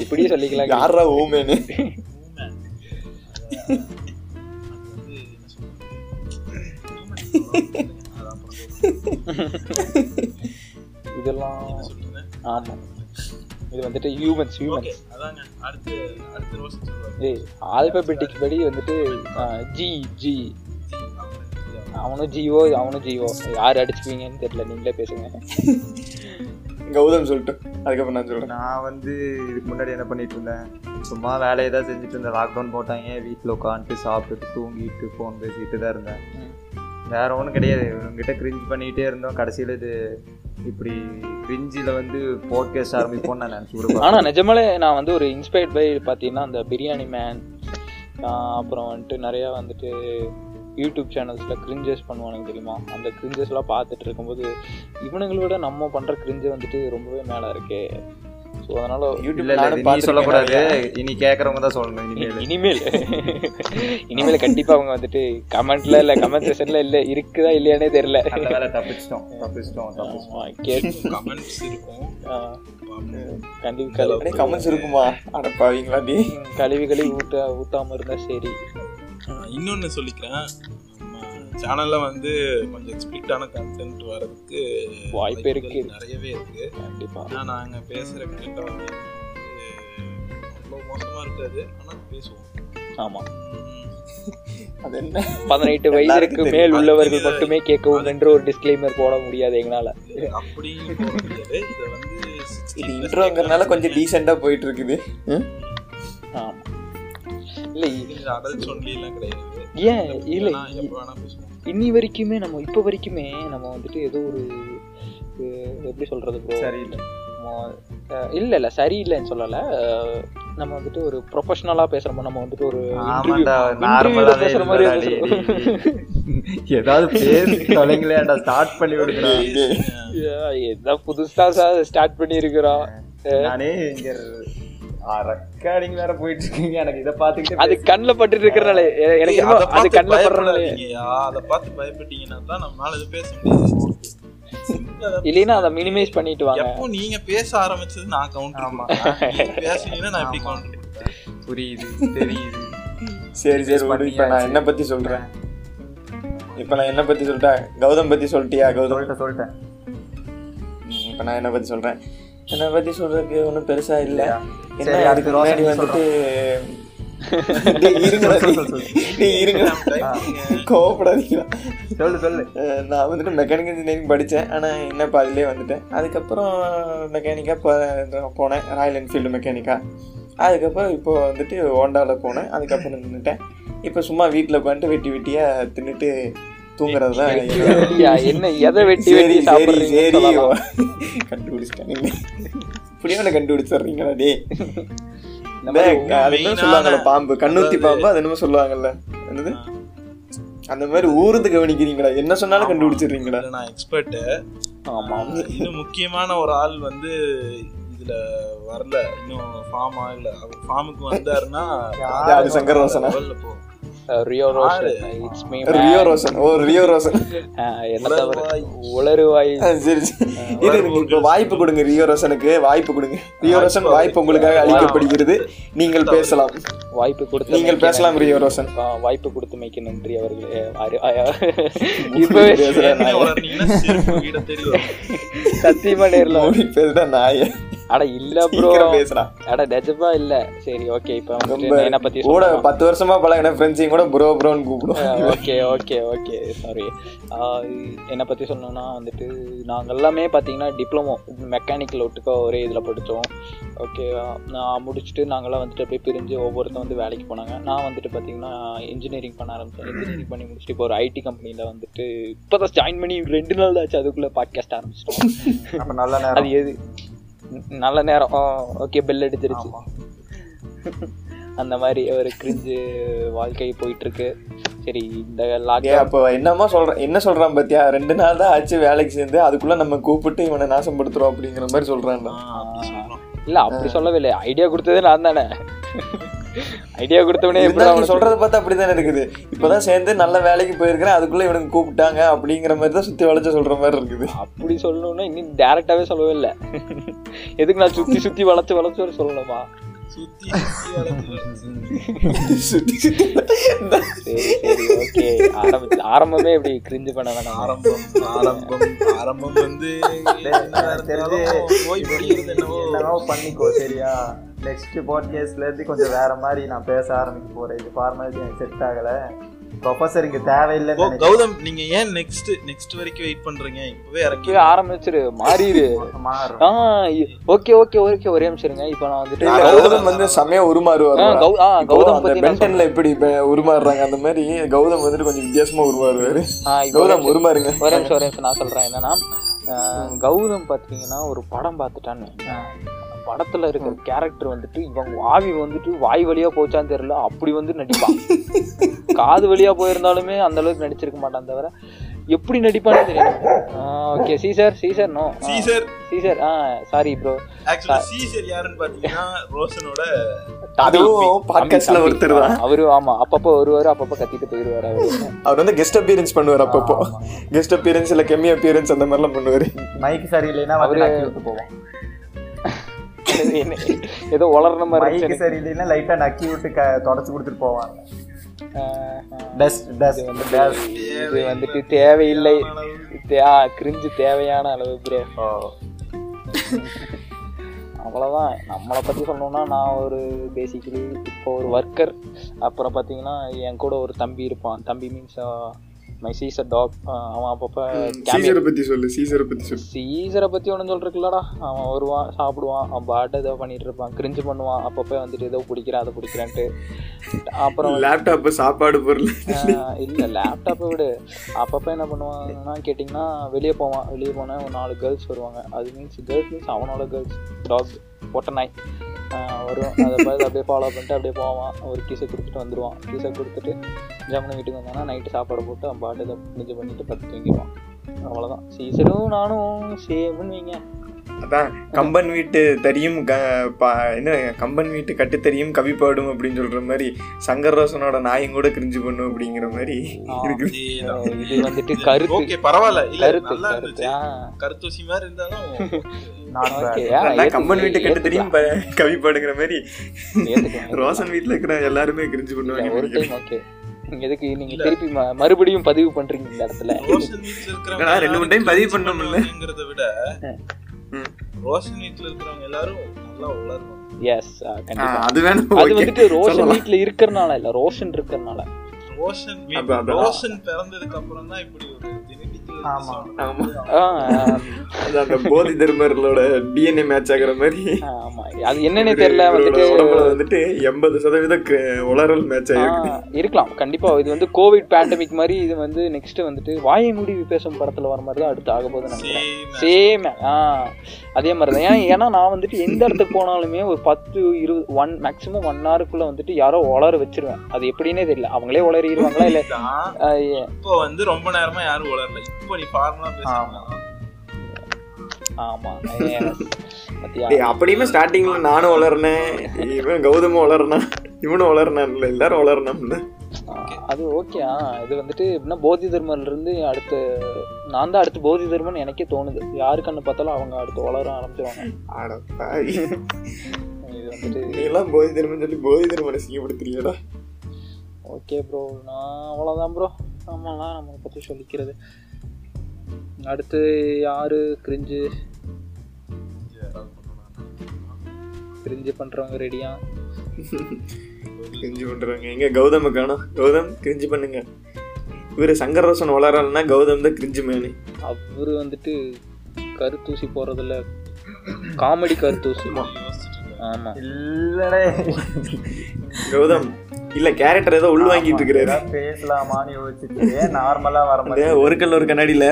[SPEAKER 2] இப்படியே சொல்லிக்கலாம்
[SPEAKER 3] யாரா ஓமேனு
[SPEAKER 2] இதெல்லாம் ஆமா இது வந்துட்டு ஹியூமன்ஸ்
[SPEAKER 4] ஓகே
[SPEAKER 2] ஹியூமன்ஸ்
[SPEAKER 4] அதாங்க அடுத்து அடுத்து ரோஸ் சொல்லுவாங்க
[SPEAKER 2] ஏய் ஆல்பபெட்டிக் படி வந்துட்டு ஜி ஜி அவனும் ஜியோ அவனும் ஜியோ யார் அடிச்சுக்குவீங்கன்னு தெரியல நீங்களே பேசுங்க
[SPEAKER 3] கௌதம் சொல்லிட்டு அதுக்கப்புறம் நான் சொல்கிறேன்
[SPEAKER 7] நான் வந்து இதுக்கு முன்னாடி என்ன பண்ணிட்டு இருந்தேன் சும்மா வேலையை தான் செஞ்சுட்டு இருந்தேன் லாக்டவுன் போட்டாங்க வீட்டில் உட்காந்துட்டு சாப்பிட்டுட்டு தூங்கிட்டு ஃபோன் பேசிட்டு தான் இருந்தேன் வேற ஒன்றும் கிடையாது இவங்கிட்ட கிரிஞ்ச் பண்ணிகிட்டே இருந்தோம் கடைசியில் இது இப்படி கிரிஞ்சில் வந்து போட்கேஸ்ட் ஆரம்பிப்போம்னு நான் நினச்சி
[SPEAKER 2] ஆனா
[SPEAKER 7] கொடுப்பேன்
[SPEAKER 2] நிஜமாலே நான் வந்து ஒரு இன்ஸ்பயர்ட் பை பார்த்தீங்கன்னா அந்த பிரியாணி மேன் அப்புறம் வந்துட்டு நிறையா வந்துட்டு யூடியூப் சேனல்ஸில் கிரிஞ்சஸ் பண்ணுவானுங்க தெரியுமா அந்த கிரிஞ்சஸ்லாம் பார்த்துட்டு இருக்கும்போது இவனுங்களை விட நம்ம பண்ணுற கிரிஞ்சை வந்துட்டு ரொம்பவே மேலே இருக்கே ஸோ அதனால்
[SPEAKER 7] இல்லை இல்லை
[SPEAKER 3] நானும்
[SPEAKER 7] இது நீ
[SPEAKER 3] பார்த்திருக்கேன்
[SPEAKER 7] சொல்லக்கூடாது
[SPEAKER 3] நிறையா.
[SPEAKER 7] இனி கேட்குறவங்க தான் சொல்லணும் இனிமேல்
[SPEAKER 2] இனிமேல் இனிமேல் கண்டிப்பா அவங்க வந்துட்டு கமெண்ட்ல இல்ல கமெண்ட் செஷன்ல இல்ல இருக்குதா இல்லையானே தெரியல
[SPEAKER 7] அந்த வேலை தப்பிச்சிட்டோம் தப்பிச்சிட்டோம் தப்பிச்சிட்டோம்
[SPEAKER 2] ஆமா, கேட்டு
[SPEAKER 4] கமெண்ட்ஸ் இருக்கும்
[SPEAKER 2] ஆ,
[SPEAKER 4] பாப்போம்.
[SPEAKER 2] கண்டிப்பா கழுவி
[SPEAKER 3] அப்படியே கமெண்ட்ஸ் இருக்குமா அடப்பாவீங்களா டி
[SPEAKER 2] கழுவி கழுவி ஊட்ட ஊத்தாம இருந்தா சரி
[SPEAKER 4] இன்னொன்னு சொல்லிக்கிறேன் நம்ம சேனல்ல வந்து கொஞ்சம் எக்ஸ்பிளிட்டான கண்டென்ட் வர்றதுக்கு
[SPEAKER 2] வாய்ப்பு இருக்கு.
[SPEAKER 4] வாய்ப்புகள் நிறையவே இருக்கு
[SPEAKER 2] கண்டிப்பா
[SPEAKER 4] ஆனா நாங்க பேசுற கேட்ட வந்து அவ்வளோ மோசமா இருக்காது ஆனா பேசுவோம்
[SPEAKER 2] ஆமா
[SPEAKER 4] உம்.
[SPEAKER 3] அது என்ன
[SPEAKER 2] பதினெட்டு வயதிற்கு
[SPEAKER 3] எல்லாருக்கும்
[SPEAKER 2] மேல்
[SPEAKER 3] தெரியும்.
[SPEAKER 2] உள்ளவர்கள் மட்டுமே கேட்கவும் என்று ஒரு டிஸ்க்ளைமர் போட முடியாது எங்களால
[SPEAKER 4] இது அப்படியும் போட முடியாது இதை வந்து 16 plus
[SPEAKER 3] இது இன்ட்ரோங்கிறனால கொஞ்சம்
[SPEAKER 4] கேட்கலாம்.
[SPEAKER 3] டீசெண்டாக போயிட்டு இருக்குது ம்?
[SPEAKER 2] ஆமா இல்ல இ-
[SPEAKER 4] இது adults only எல்லாம் கிடையாது
[SPEAKER 2] ஏன் இல்ல
[SPEAKER 4] ஆனா எப்ப வேணா பேசுவோம்
[SPEAKER 2] இன்னி வரைக்குமே நம்ம இப்போ வரைக்குமே நம்ம வந்துட்டு ஏதோ ஒரு அஹ், எப்படி சொல்றது bro?
[SPEAKER 7] சரியில்லை
[SPEAKER 2] நம்ம, அஹ், இல்ல இல்ல சரியில்லைன்னு சொல்லல அஹ், நம்ம வந்துட்டு ஒரு ப்ரொஃபஷனலா பேசுறோம் நம்ம வந்துட்டு ஒரு
[SPEAKER 7] ஆமாண்டா
[SPEAKER 2] interview- interviewல
[SPEAKER 7] நார்மலாவே
[SPEAKER 2] பேசுற மாதிரி
[SPEAKER 7] இல்லடா, டேய்,
[SPEAKER 2] பேசுறோம்.
[SPEAKER 7] டேய், டேய். ஏதாவது பேசி தொலைங்களேன்டா ஸ்டார்ட் பண்ணி விடுங்கடா
[SPEAKER 2] Yeah, இதான் புதுசா ஸ்டார்ட் பண்ணி இருக்கிறோம்
[SPEAKER 7] நானே இங்க ரெக்கார்டிங் வேற போயிட்டு இருக்கீங்க எனக்கு இதை பாத்துக்கிட்டு
[SPEAKER 2] அது கண்ணுல பட்டுட்டு இருக்கிறனால எ- எனக்கு என்னமோ
[SPEAKER 4] அதை
[SPEAKER 2] அது
[SPEAKER 4] பார்த்து
[SPEAKER 2] கண்ணுல படுறனால
[SPEAKER 4] பயப்படாதீங்கய்யா. அதை பார்த்து பயப்பட்டீங்கன்னா தான் நம்மளால இது பேச முடியாது அதை
[SPEAKER 2] இல்லைன்னா அதை மினிமைஸ் பண்ணிட்டு வாங்க
[SPEAKER 4] எப்போ நீங்க பேச ஆரம்பிச்சது நான் கவுண்ட்
[SPEAKER 7] ஆமா.
[SPEAKER 4] ஆமா பேசுனீங்கன்னா நான் எப்படி கவுண்ட் பண்ணுவேன்
[SPEAKER 7] புரியுது தெரியுது
[SPEAKER 3] சரி சரி விடு. இப்ப நான்
[SPEAKER 7] பண்ணியாச்சு.
[SPEAKER 3] என்ன பத்தி சொல்றேன் இப்ப நான் என்ன பத்தி சொல்லிட்டா கௌதம் பத்தி சொல்லிட்டியா கௌதம்
[SPEAKER 7] சொல்லிட்டேன் சொல்லிட்டேன்
[SPEAKER 3] ம், இப்ப நான் என்ன பத்தி சொல்றேன் என்ன பத்தி சொல்றதுக்கு ஒன்றும் பெருசா இல்ல
[SPEAKER 7] இல்லையா?
[SPEAKER 3] என்ன
[SPEAKER 7] சரி,
[SPEAKER 3] அதுக்கு
[SPEAKER 7] அடுத்து ரோஷன்
[SPEAKER 3] முன்னாடி
[SPEAKER 7] நீ
[SPEAKER 3] வந்துட்டு டேய், இருங்கடா,
[SPEAKER 7] சொல்லு, சொல்லு,
[SPEAKER 3] டேய், இருங்கடா. கோவப்படாதீங்களா
[SPEAKER 7] சொல்லு சொல்லு
[SPEAKER 3] அஹ், நான் வந்துட்டு மெக்கானிக்கல் இன்ஜினியரிங் படித்தேன் ஆனால் என்ன பாதியிலே வந்துட்டேன் அதுக்கப்புறம் மெக்கானிக்காக போனேன் ராயல் என்ஃபீல்டு மெக்கானிக்கா அதுக்கப்புறம் இப்போ வந்துட்டு ஹோண்டாவில் போனேன் அதுக்கப்புறம் நின்றுட்டேன் இப்போ சும்மா வீட்டில் உட்காந்துட்டு வெட்டி வெட்டியாக தின்னுட்டு தூங்குறது தான் என்னோட-
[SPEAKER 2] யா, என்ன எதை வெட்டி
[SPEAKER 3] சரி
[SPEAKER 2] வெட்டி
[SPEAKER 3] சரி சரி
[SPEAKER 2] சாப்பிடுறீங்க
[SPEAKER 3] கண்டுபிடிச்சிட்டேன் நீங்க இப்படியே அவனை கண்டுபிடிச்சிடுறீங்களா டே
[SPEAKER 2] நம்ம
[SPEAKER 3] அது என்ன சொல்லுவாங்கல்ல பாம்பு கண்ணூத்தி பாம்பு அது என்னமோ சொல்லுவாங்கல்ல என்னது அந்த மாதிரி ஊர்ந்து கவனிக்கிறீங்களா என்ன சொன்னாலும் கண்டுபிடிச்சிடுறீங்களா
[SPEAKER 4] இதுல நான் எக்ஸ்பர்ட்
[SPEAKER 2] ஆமா
[SPEAKER 4] இன்னும் முக்கியமான ஒரு ஆள் வந்து இதுல வரல இன்னும் ஃபார்மா இல்ல அவர் ஃபார்முக்கு வந்தாருன்னா
[SPEAKER 3] யாரு சங்கர் ரோசனா?
[SPEAKER 4] level ல போகும்.
[SPEAKER 2] Rio Roshan it's me
[SPEAKER 3] Rio Roshan oh Rio Roshan
[SPEAKER 2] என்ன தவிர உளறுவாய்
[SPEAKER 3] ஆ, சரி சரி. இரு இருக்கு. இப்ப வாய்ப்பு கொடுங்க ரியோ ரோசனுக்கு வாய்ப்பு கொடுங்க ரியோ ரோசன் வாய்ப்பு உங்களுக்காக அளிக்கப்படுகிறது நீங்கள் பேசலாம்
[SPEAKER 2] வாய்ப்பு கொடுத்து
[SPEAKER 3] நீங்கள்
[SPEAKER 2] மைக்கு
[SPEAKER 3] பேசலாம் ரியோ ரோசன்
[SPEAKER 2] நன்றி. ஆ, வாய்ப்பு கொடுத்து மிக்க நன்றி அவர்களே அரு- ஆ, இப்பவே
[SPEAKER 4] என்ன வளர்ந்தீங்கன்னா செருப்பு வீட தேடி வரும்.
[SPEAKER 2] சத்தியமா நேர்ல
[SPEAKER 3] மௌனி பேசுடா நாய
[SPEAKER 2] அட இல்ல ப்ரோ
[SPEAKER 3] சீக்கிரம் பேசுடா
[SPEAKER 2] அட நிஜமா இல்ல சரி ஓகே இப்ப வந்துட்டு
[SPEAKER 3] ரொம்ப
[SPEAKER 2] நான் என்ன பத்தி
[SPEAKER 3] கூட பத்து வருஷமா பழகின ஃப்ரெண்ட்ஸையும் கூட ப்ரோ ப்ரோன்னு கூப்பிடுவோம்
[SPEAKER 2] ஓகே ஓகே ஓகே சாரி என்னை பற்றி சொல்லணும்னா வந்துட்டு நாங்கள் எல்லாமே பார்த்தீங்கன்னா டிப்ளமோ மெக்கானிக்கல் ஒட்டுக்கா ஒரே இதில் படித்தோம் ஓகே நான் முடிச்சுட்டு நாங்கள்லாம் வந்துட்டு அப்படியே பிரிஞ்சு ஒவ்வொருத்தர் வந்து வேலைக்கு போனாங்க நான் வந்துட்டு பார்த்தீங்கன்னா இன்ஜினியரிங் பண்ண ஆரம்பித்தேன் இன்ஜினியரிங் பண்ணி முடிச்சுட்டு இப்போ ஒரு ஐடி கம்பெனியில் வந்துட்டு இப்போ தான் ஜாயின் பண்ணி ரெண்டு நாள் ஆச்சு அதுக்குள்ளே பாட்காஸ்ட் ஆரம்பிச்சிட்டோம்
[SPEAKER 7] அப்ப நல்ல நேரம்
[SPEAKER 2] அது எது ந- நல்ல நேரம் ஓகே பெல் அடிச்சிருச்சு அந்த மாதிரி ஒரு கிரிஞ்சு வாழ்க்கை போயிட்டு இருக்கு சரி இந்த
[SPEAKER 3] ஏ
[SPEAKER 2] லாக்டவுன்
[SPEAKER 3] அப்போ என்னமா சொல்றேன் என்ன சொல்றான் பாத்தியா ரெண்டு நாள் தான் ஆச்சு வேலைக்கு சேர்ந்து அதுக்குள்ள நம்ம கூப்பிட்டு இவனை நாசப்படுத்துறோம் அப்படிங்கிற மாதிரி சொல்றான்டா
[SPEAKER 4] ஆ, அப்படி சொல்றோம்.
[SPEAKER 2] இல்ல அப்படி சொல்லவே இல்லை ஐடியா கொடுத்ததே நான் தானே ஐடியா கொடுத்தவனே எப்படி
[SPEAKER 3] இருந்தாலும் நீ
[SPEAKER 2] அவனுக்கு-
[SPEAKER 3] சொல்றத பார்த்தா அப்படிதானே இருக்குது இப்பதான் சேர்ந்து நல்ல வேலைக்கு போயிருக்கிறேன் அதுக்குள்ள இவனுக்கு கூப்பிட்டாங்க அப்படிங்கிற மாதிரி தான் சுத்தி வளைச்சு சொல்ற மாதிரி இருக்குது
[SPEAKER 2] அப்படி சொல்லணும்னா இன்னும் டேரக்டாவே சொல்லவே இல்லை எதுக்கு நான் சுத்தி சுத்தி வளைச்சு வளைச்சு வர சொல்லணுமா
[SPEAKER 4] சுத்தி சுத்தி வளர்ந்து வளர்ந்து.
[SPEAKER 3] சுத்தி சுத்தி
[SPEAKER 2] சரி சரி ஓகே ஆரம்பிச்சு ஆரம்பமே இப்படி கிரிஞ்சு பண்ண வேணாம்
[SPEAKER 4] ஆரம்பம் ஆரம்பம் ஆரம்பம் வந்து என்னவா
[SPEAKER 7] தெரிஞ்சு
[SPEAKER 4] இருந்தாலும் போய் முடிகிறது என்னவோ
[SPEAKER 7] என்னவோ பண்ணிக்கோ சரியா நெக்ஸ்ட் பாட்காஸ்ட்ல இருந்து கொஞ்சம் வேற மாதிரி நான் பேச ஆரம்பிக்க போறேன் இது ஃபார்மாலிட்டி எனக்கு செட் ஆகல ப்ரொஃபசர் இங்க
[SPEAKER 4] ஓ,
[SPEAKER 7] தேவையில்லைன்னு
[SPEAKER 4] கௌதம் நீங்க ஏன் நெக்ஸ்ட் நெக்ஸ்ட் வரைக்கும் வெயிட் பண்றீங்க இப்பவே இறக்கி
[SPEAKER 2] கீழே ஆரம்பிச்சிரு மாறிடு
[SPEAKER 7] நினைக்கிறேன். மாறும்
[SPEAKER 2] ஆ ஓகே ஓகே ஓகே ஒரே நிமிஷம் இருங்க இப்போ நான் வந்துட்டு
[SPEAKER 3] இல்ல கௌதம் வந்து செமையா உருமாறுவாரு
[SPEAKER 2] ஆ, கௌ- ஆ,
[SPEAKER 3] இப்போ
[SPEAKER 2] கௌதம்
[SPEAKER 3] அந்த
[SPEAKER 2] பத்தி நான்
[SPEAKER 3] பென்டன்ல எப்படி இப்ப உருமாறுறாங்க அந்த மாதிரி கௌதம் வந்துட்டு கொஞ்சம் வித்தியாசமா உருமாறுவாரு
[SPEAKER 2] ஆ, இப்போ
[SPEAKER 3] கௌதம் உருமாறுங்க
[SPEAKER 2] ஒரே நிமிஷம் ஒரே நிமிஷம் நான் சொல்றேன் என்னன்னா அஹ், கௌதம் பாத்தீங்கன்னா ஒரு படம் பார்த்துட்டான்னு அந்த படத்துல இருக்கிற கேரக்டர் வந்துட்டு இவங்க ஆவி வந்துட்டு வாய் வழியா போச்சான்னு தெரியல அப்படி வந்து நடிப்பான் காது வழியா போயிருந்தாலுமே அந்த அளவுக்கு நடிச்சிருக்க மாட்டான் தவிர எப்படி நடிப்பானே தெரியல okay Caesar Caesar no
[SPEAKER 4] Caesar
[SPEAKER 2] Caesar ஆ சாரி ப்ரோ
[SPEAKER 4] ஆக்சுவலா சீசர் யாருன்னு பாத்தீங்கன்னா ரோஷனோட
[SPEAKER 3] அதுவும் பாட்காஸ்ட்ல ஒருத்தர் தான்
[SPEAKER 2] அவரு ஆமா அப்பப்போ வருவாரு அப்பப்போ கத்திட்டு போயிடுவாரு அவரு
[SPEAKER 3] அவர் வந்து கெஸ்ட் அப்பியரன்ஸ் பண்ணுவார் அப்பப்போ கெஸ்ட் அப்பியரன்ஸ் இல்ல கெமி அப்பியரன்ஸ் அந்த மாதிரிலாம் பண்ணுவாரு
[SPEAKER 7] மைக் சரியில்லைன்னா வந்து நக்கி விட்டு போவோம்
[SPEAKER 2] என்ன- ஏதோ வளர்ன மாதிரி இருந்துச்சு
[SPEAKER 7] மைக் சரியில்லைன்னா லைட்டா நக்கி விட்டு க- தொடச்சு கொடுத்துட்டு போவாங்க
[SPEAKER 2] ஆ,
[SPEAKER 7] டஸ்ட் டஸ்ட் டஸ்ட்
[SPEAKER 2] இது வந்துட்டு தேவையில்லை தே- ஆ, கிரிஞ்சு தேவையான அளவு ப்ரோ அவ்வளோதான் நம்மளை பற்றி சொல்லணும்னா நான் ஒரு பேசிக்கலி இப்போ ஒரு ஒர்க்கர் அப்புறம் பார்த்தீங்கன்னா என் கூட ஒரு தம்பி இருப்பான் தம்பி மீன்ஸ் மை சீஸ் அ டாக் அவன் அப்பப்போ
[SPEAKER 3] சீசரை பத்தி சொல்லு சீசரை பத்தி சொல்லு
[SPEAKER 2] சீசரை பற்றி ஒன்றும் சொல்கிறதுக்குலடா அவன் வருவான் சாப்பிடுவான் அவன் பாட்டு ஏதோ பண்ணிட்டு இருப்பான் கிரிஞ்சு பண்ணுவான் அப்பப்போ வந்துட்டு ஏதோ பிடிக்கிறான் அதை பிடிக்கிறான்ட்டு அப்புறம்
[SPEAKER 3] லேப்டாப் சாப்பாடு பொருள்
[SPEAKER 2] ஆஹ் இல்ல லேப்டாப்பை விடு அப்பப்போ என்ன பண்ணுவாங்கன்னா கேட்டிங்கன்னா வெளியே போவான் வெளியே போனால் ஒரு நாலு கேர்ள்ஸ் வருவாங்க அது மீன்ஸ் கேர்ள்ஸ் மீன்ஸ் அவனோட கேர்ள்ஸ் டாக் ஒட்ட நாய் ஆஹ் வரும் அதை பார்த்து அப்படியே ஃபாலோ பண்ணிட்டு அப்படியே போவான் ஒரு கீஸை கொடுத்துட்டு வந்துடுவான் கீஸை கொடுத்துட்டு ஜம்முன்னு வீட்டுக்கு வந்தானா நைட்டு சாப்பாடு போட்டு அவன் பாட்டு இதை முடிஞ்சு பண்ணிட்டு பத்து தூங்கிடுவான் அவ்வளோதான் சீசரும் நானும் சேம்னு வைங்க
[SPEAKER 3] அதான் கம்பன் வீட்டு தெரியும் க- பா- என்ன கம்பன் வீட்டு கட்டு தெரியும் கவி பாடும் அப்படின்னு சொல்ற மாதிரி சங்கர் ரோசனோட நாயும் கூட கிரிஞ்சு பண்ணும் அப்படிங்கிற மாதிரி இருக்கு
[SPEAKER 2] ஆஹ் இது வந்துட்டு கருத்து
[SPEAKER 4] ஓகே பரவாயில்ல இல்ல
[SPEAKER 2] கருத்து
[SPEAKER 4] நல்லா
[SPEAKER 2] கருத்து
[SPEAKER 4] இருந்துச்சு
[SPEAKER 2] ஆ
[SPEAKER 4] கருத்தூசி மாதிரி இருந்தாலும்
[SPEAKER 2] ஓகே
[SPEAKER 3] அதான் கம்பன் வீட்டு கட்டு தெரியும் ப- கவி பாடுங்கிற மாதிரி ரோசன் வீட்டுல இருக்கிற எல்லாருமே கிரிஞ்சு
[SPEAKER 2] இல்ல, ஒரு
[SPEAKER 3] பண்ணுவாங்க
[SPEAKER 2] டைம் ஓகே எதுக்கு நீங்க திருப்பி ம- மறுபடியும் பதிவு பண்றீங்க இந்த இடத்துல
[SPEAKER 4] ரோஷன் வீட்ல
[SPEAKER 3] என்னடா,
[SPEAKER 4] இருக்கிறவங்க
[SPEAKER 3] ரெண்டு மூணு time பதிவு பண்ணோம்ல.
[SPEAKER 4] அப்படிங்கறத விட
[SPEAKER 3] ம்.
[SPEAKER 4] ரோஷன் வீட்ல இருக்கிறவங்க எல்லாரும் நல்லா உளருவாங்க
[SPEAKER 2] எஸ்
[SPEAKER 3] ஆ,
[SPEAKER 2] கண்டிப்பா
[SPEAKER 3] அது வேணும்
[SPEAKER 2] அது
[SPEAKER 3] okay.
[SPEAKER 2] வந்துட்டு ரோஷன்
[SPEAKER 3] சொல்லலாம்.
[SPEAKER 2] வீட்ல இருக்கறனால இல்ல ரோஷன் இருக்கறனால
[SPEAKER 4] ரோஷன்
[SPEAKER 3] அதான்,
[SPEAKER 4] வீட்-
[SPEAKER 3] அதான்.
[SPEAKER 4] ரோஷன் பிறந்ததுக்கு அப்புறம் தான் இப்படி ஒரு ஜெனடிக்கல்
[SPEAKER 7] ஆமா.
[SPEAKER 3] ஆமா.
[SPEAKER 2] ஆ, ஆம்,
[SPEAKER 3] அது அந்த போதி தர்மர்களோட டிஎன்ஏ மேட்ச் ஆகுற மாதிரி
[SPEAKER 2] ஆமா அது என்னன்னே தெரியல
[SPEAKER 3] இவரோட
[SPEAKER 2] வந்துட்டு
[SPEAKER 3] உடம்புல வந்துட்டு எண்பது சதவீத உளறல் மேட்ச்
[SPEAKER 2] ஆ,
[SPEAKER 3] ஆயிருக்கு
[SPEAKER 2] இருக்கலாம் கண்டிப்பா இது வந்து கோவிட் பேண்டமிக் மாதிரி இது வந்து நெக்ஸ்ட் வந்துட்டு வாயை மூடி பேசும் படத்துல வர மாதிரி தான் அடுத்து ஆக போகுதுன்னு நினைக்கிறேன் சேம் ஆ அதே மாதிரி தான் ஏன்னா ஏன்னா நான் வந்துட்டு எந்த இடத்துக்கு போனாலுமே ஒரு பத்து இருபது ஒன் மேக்ஸிமம் ஒன் ஹவருக்குள்ள வந்துட்டு யாரோ உளர வச்சிருவேன் அது எப்படின்னே தெரியல அவங்களே உளறிடுவாங்களா இல்ல ஆ, ஏ-
[SPEAKER 4] இப்போ வந்து ரொம்ப நேரமா யாரும் உளரல இப்போ நீ ஃபார்மலா பேசுறாங்க
[SPEAKER 2] ஆமா ஏ, பாத்தியா?
[SPEAKER 3] டேய், அப்படியுமே ஸ்டார்டிங்ல நானும் வளர்னேன் இவன் கௌதமும் வளர்னான் இவனும் வளர்னான் இல்ல எல்லாரும் வளர்னான்ல
[SPEAKER 2] ஆ, அது ஓகே ஆ இது வந்துட்டு எப்படின்னா போதி தர்மன்ல இருந்து அடுத்து நான் தான் அடுத்து போதி தர்மன் எனக்கே தோணுது யாரு கண்ணு பார்த்தாலும் அவங்க அடுத்து வளர ஆரம்பிச்சிருவாங்க
[SPEAKER 3] ஆட பாவி.
[SPEAKER 2] இது வந்துட்டு
[SPEAKER 3] நீ எல்லாம் போதி தர்மம்னு சொல்லி போதி தர்மனை சீப்படுத்துறியடா
[SPEAKER 2] ஓகே ப்ரோ நான் அவ்வளோதான் ப்ரோ நம்மளாம் நம்மளை பற்றி சொல்லிக்கிறது அடுத்து யாரு கிரிஞ்சு கிரிஞ்சு பண்ணுறவங்க ரெடியா
[SPEAKER 3] கிரிஞ்சு பண்றாங்க எங்க கௌதம காணோம் கௌதம் கிரிஞ்சு பண்ணுங்க இவரு சங்கர் ரோசன் வளரலன்னா கௌதம் தான் கிரிஞ்சு மேனு
[SPEAKER 2] அவரு வந்துட்டு கருத்தூசி போகிறதுல காமெடி கருத்தூசி ஆமாம்
[SPEAKER 7] இல்லடே
[SPEAKER 3] கௌதம் இல்ல கேரக்டர் ஏதோ உள் வாங்கிட்டு இருக்கிறாரு
[SPEAKER 7] ஏதாவது பேசலாமான்னு யோசிச்சுட்டு நார்மலா வர
[SPEAKER 3] அந்த
[SPEAKER 7] மாதிரி
[SPEAKER 3] ஒரு கல் ஒரு கண்ணாடியில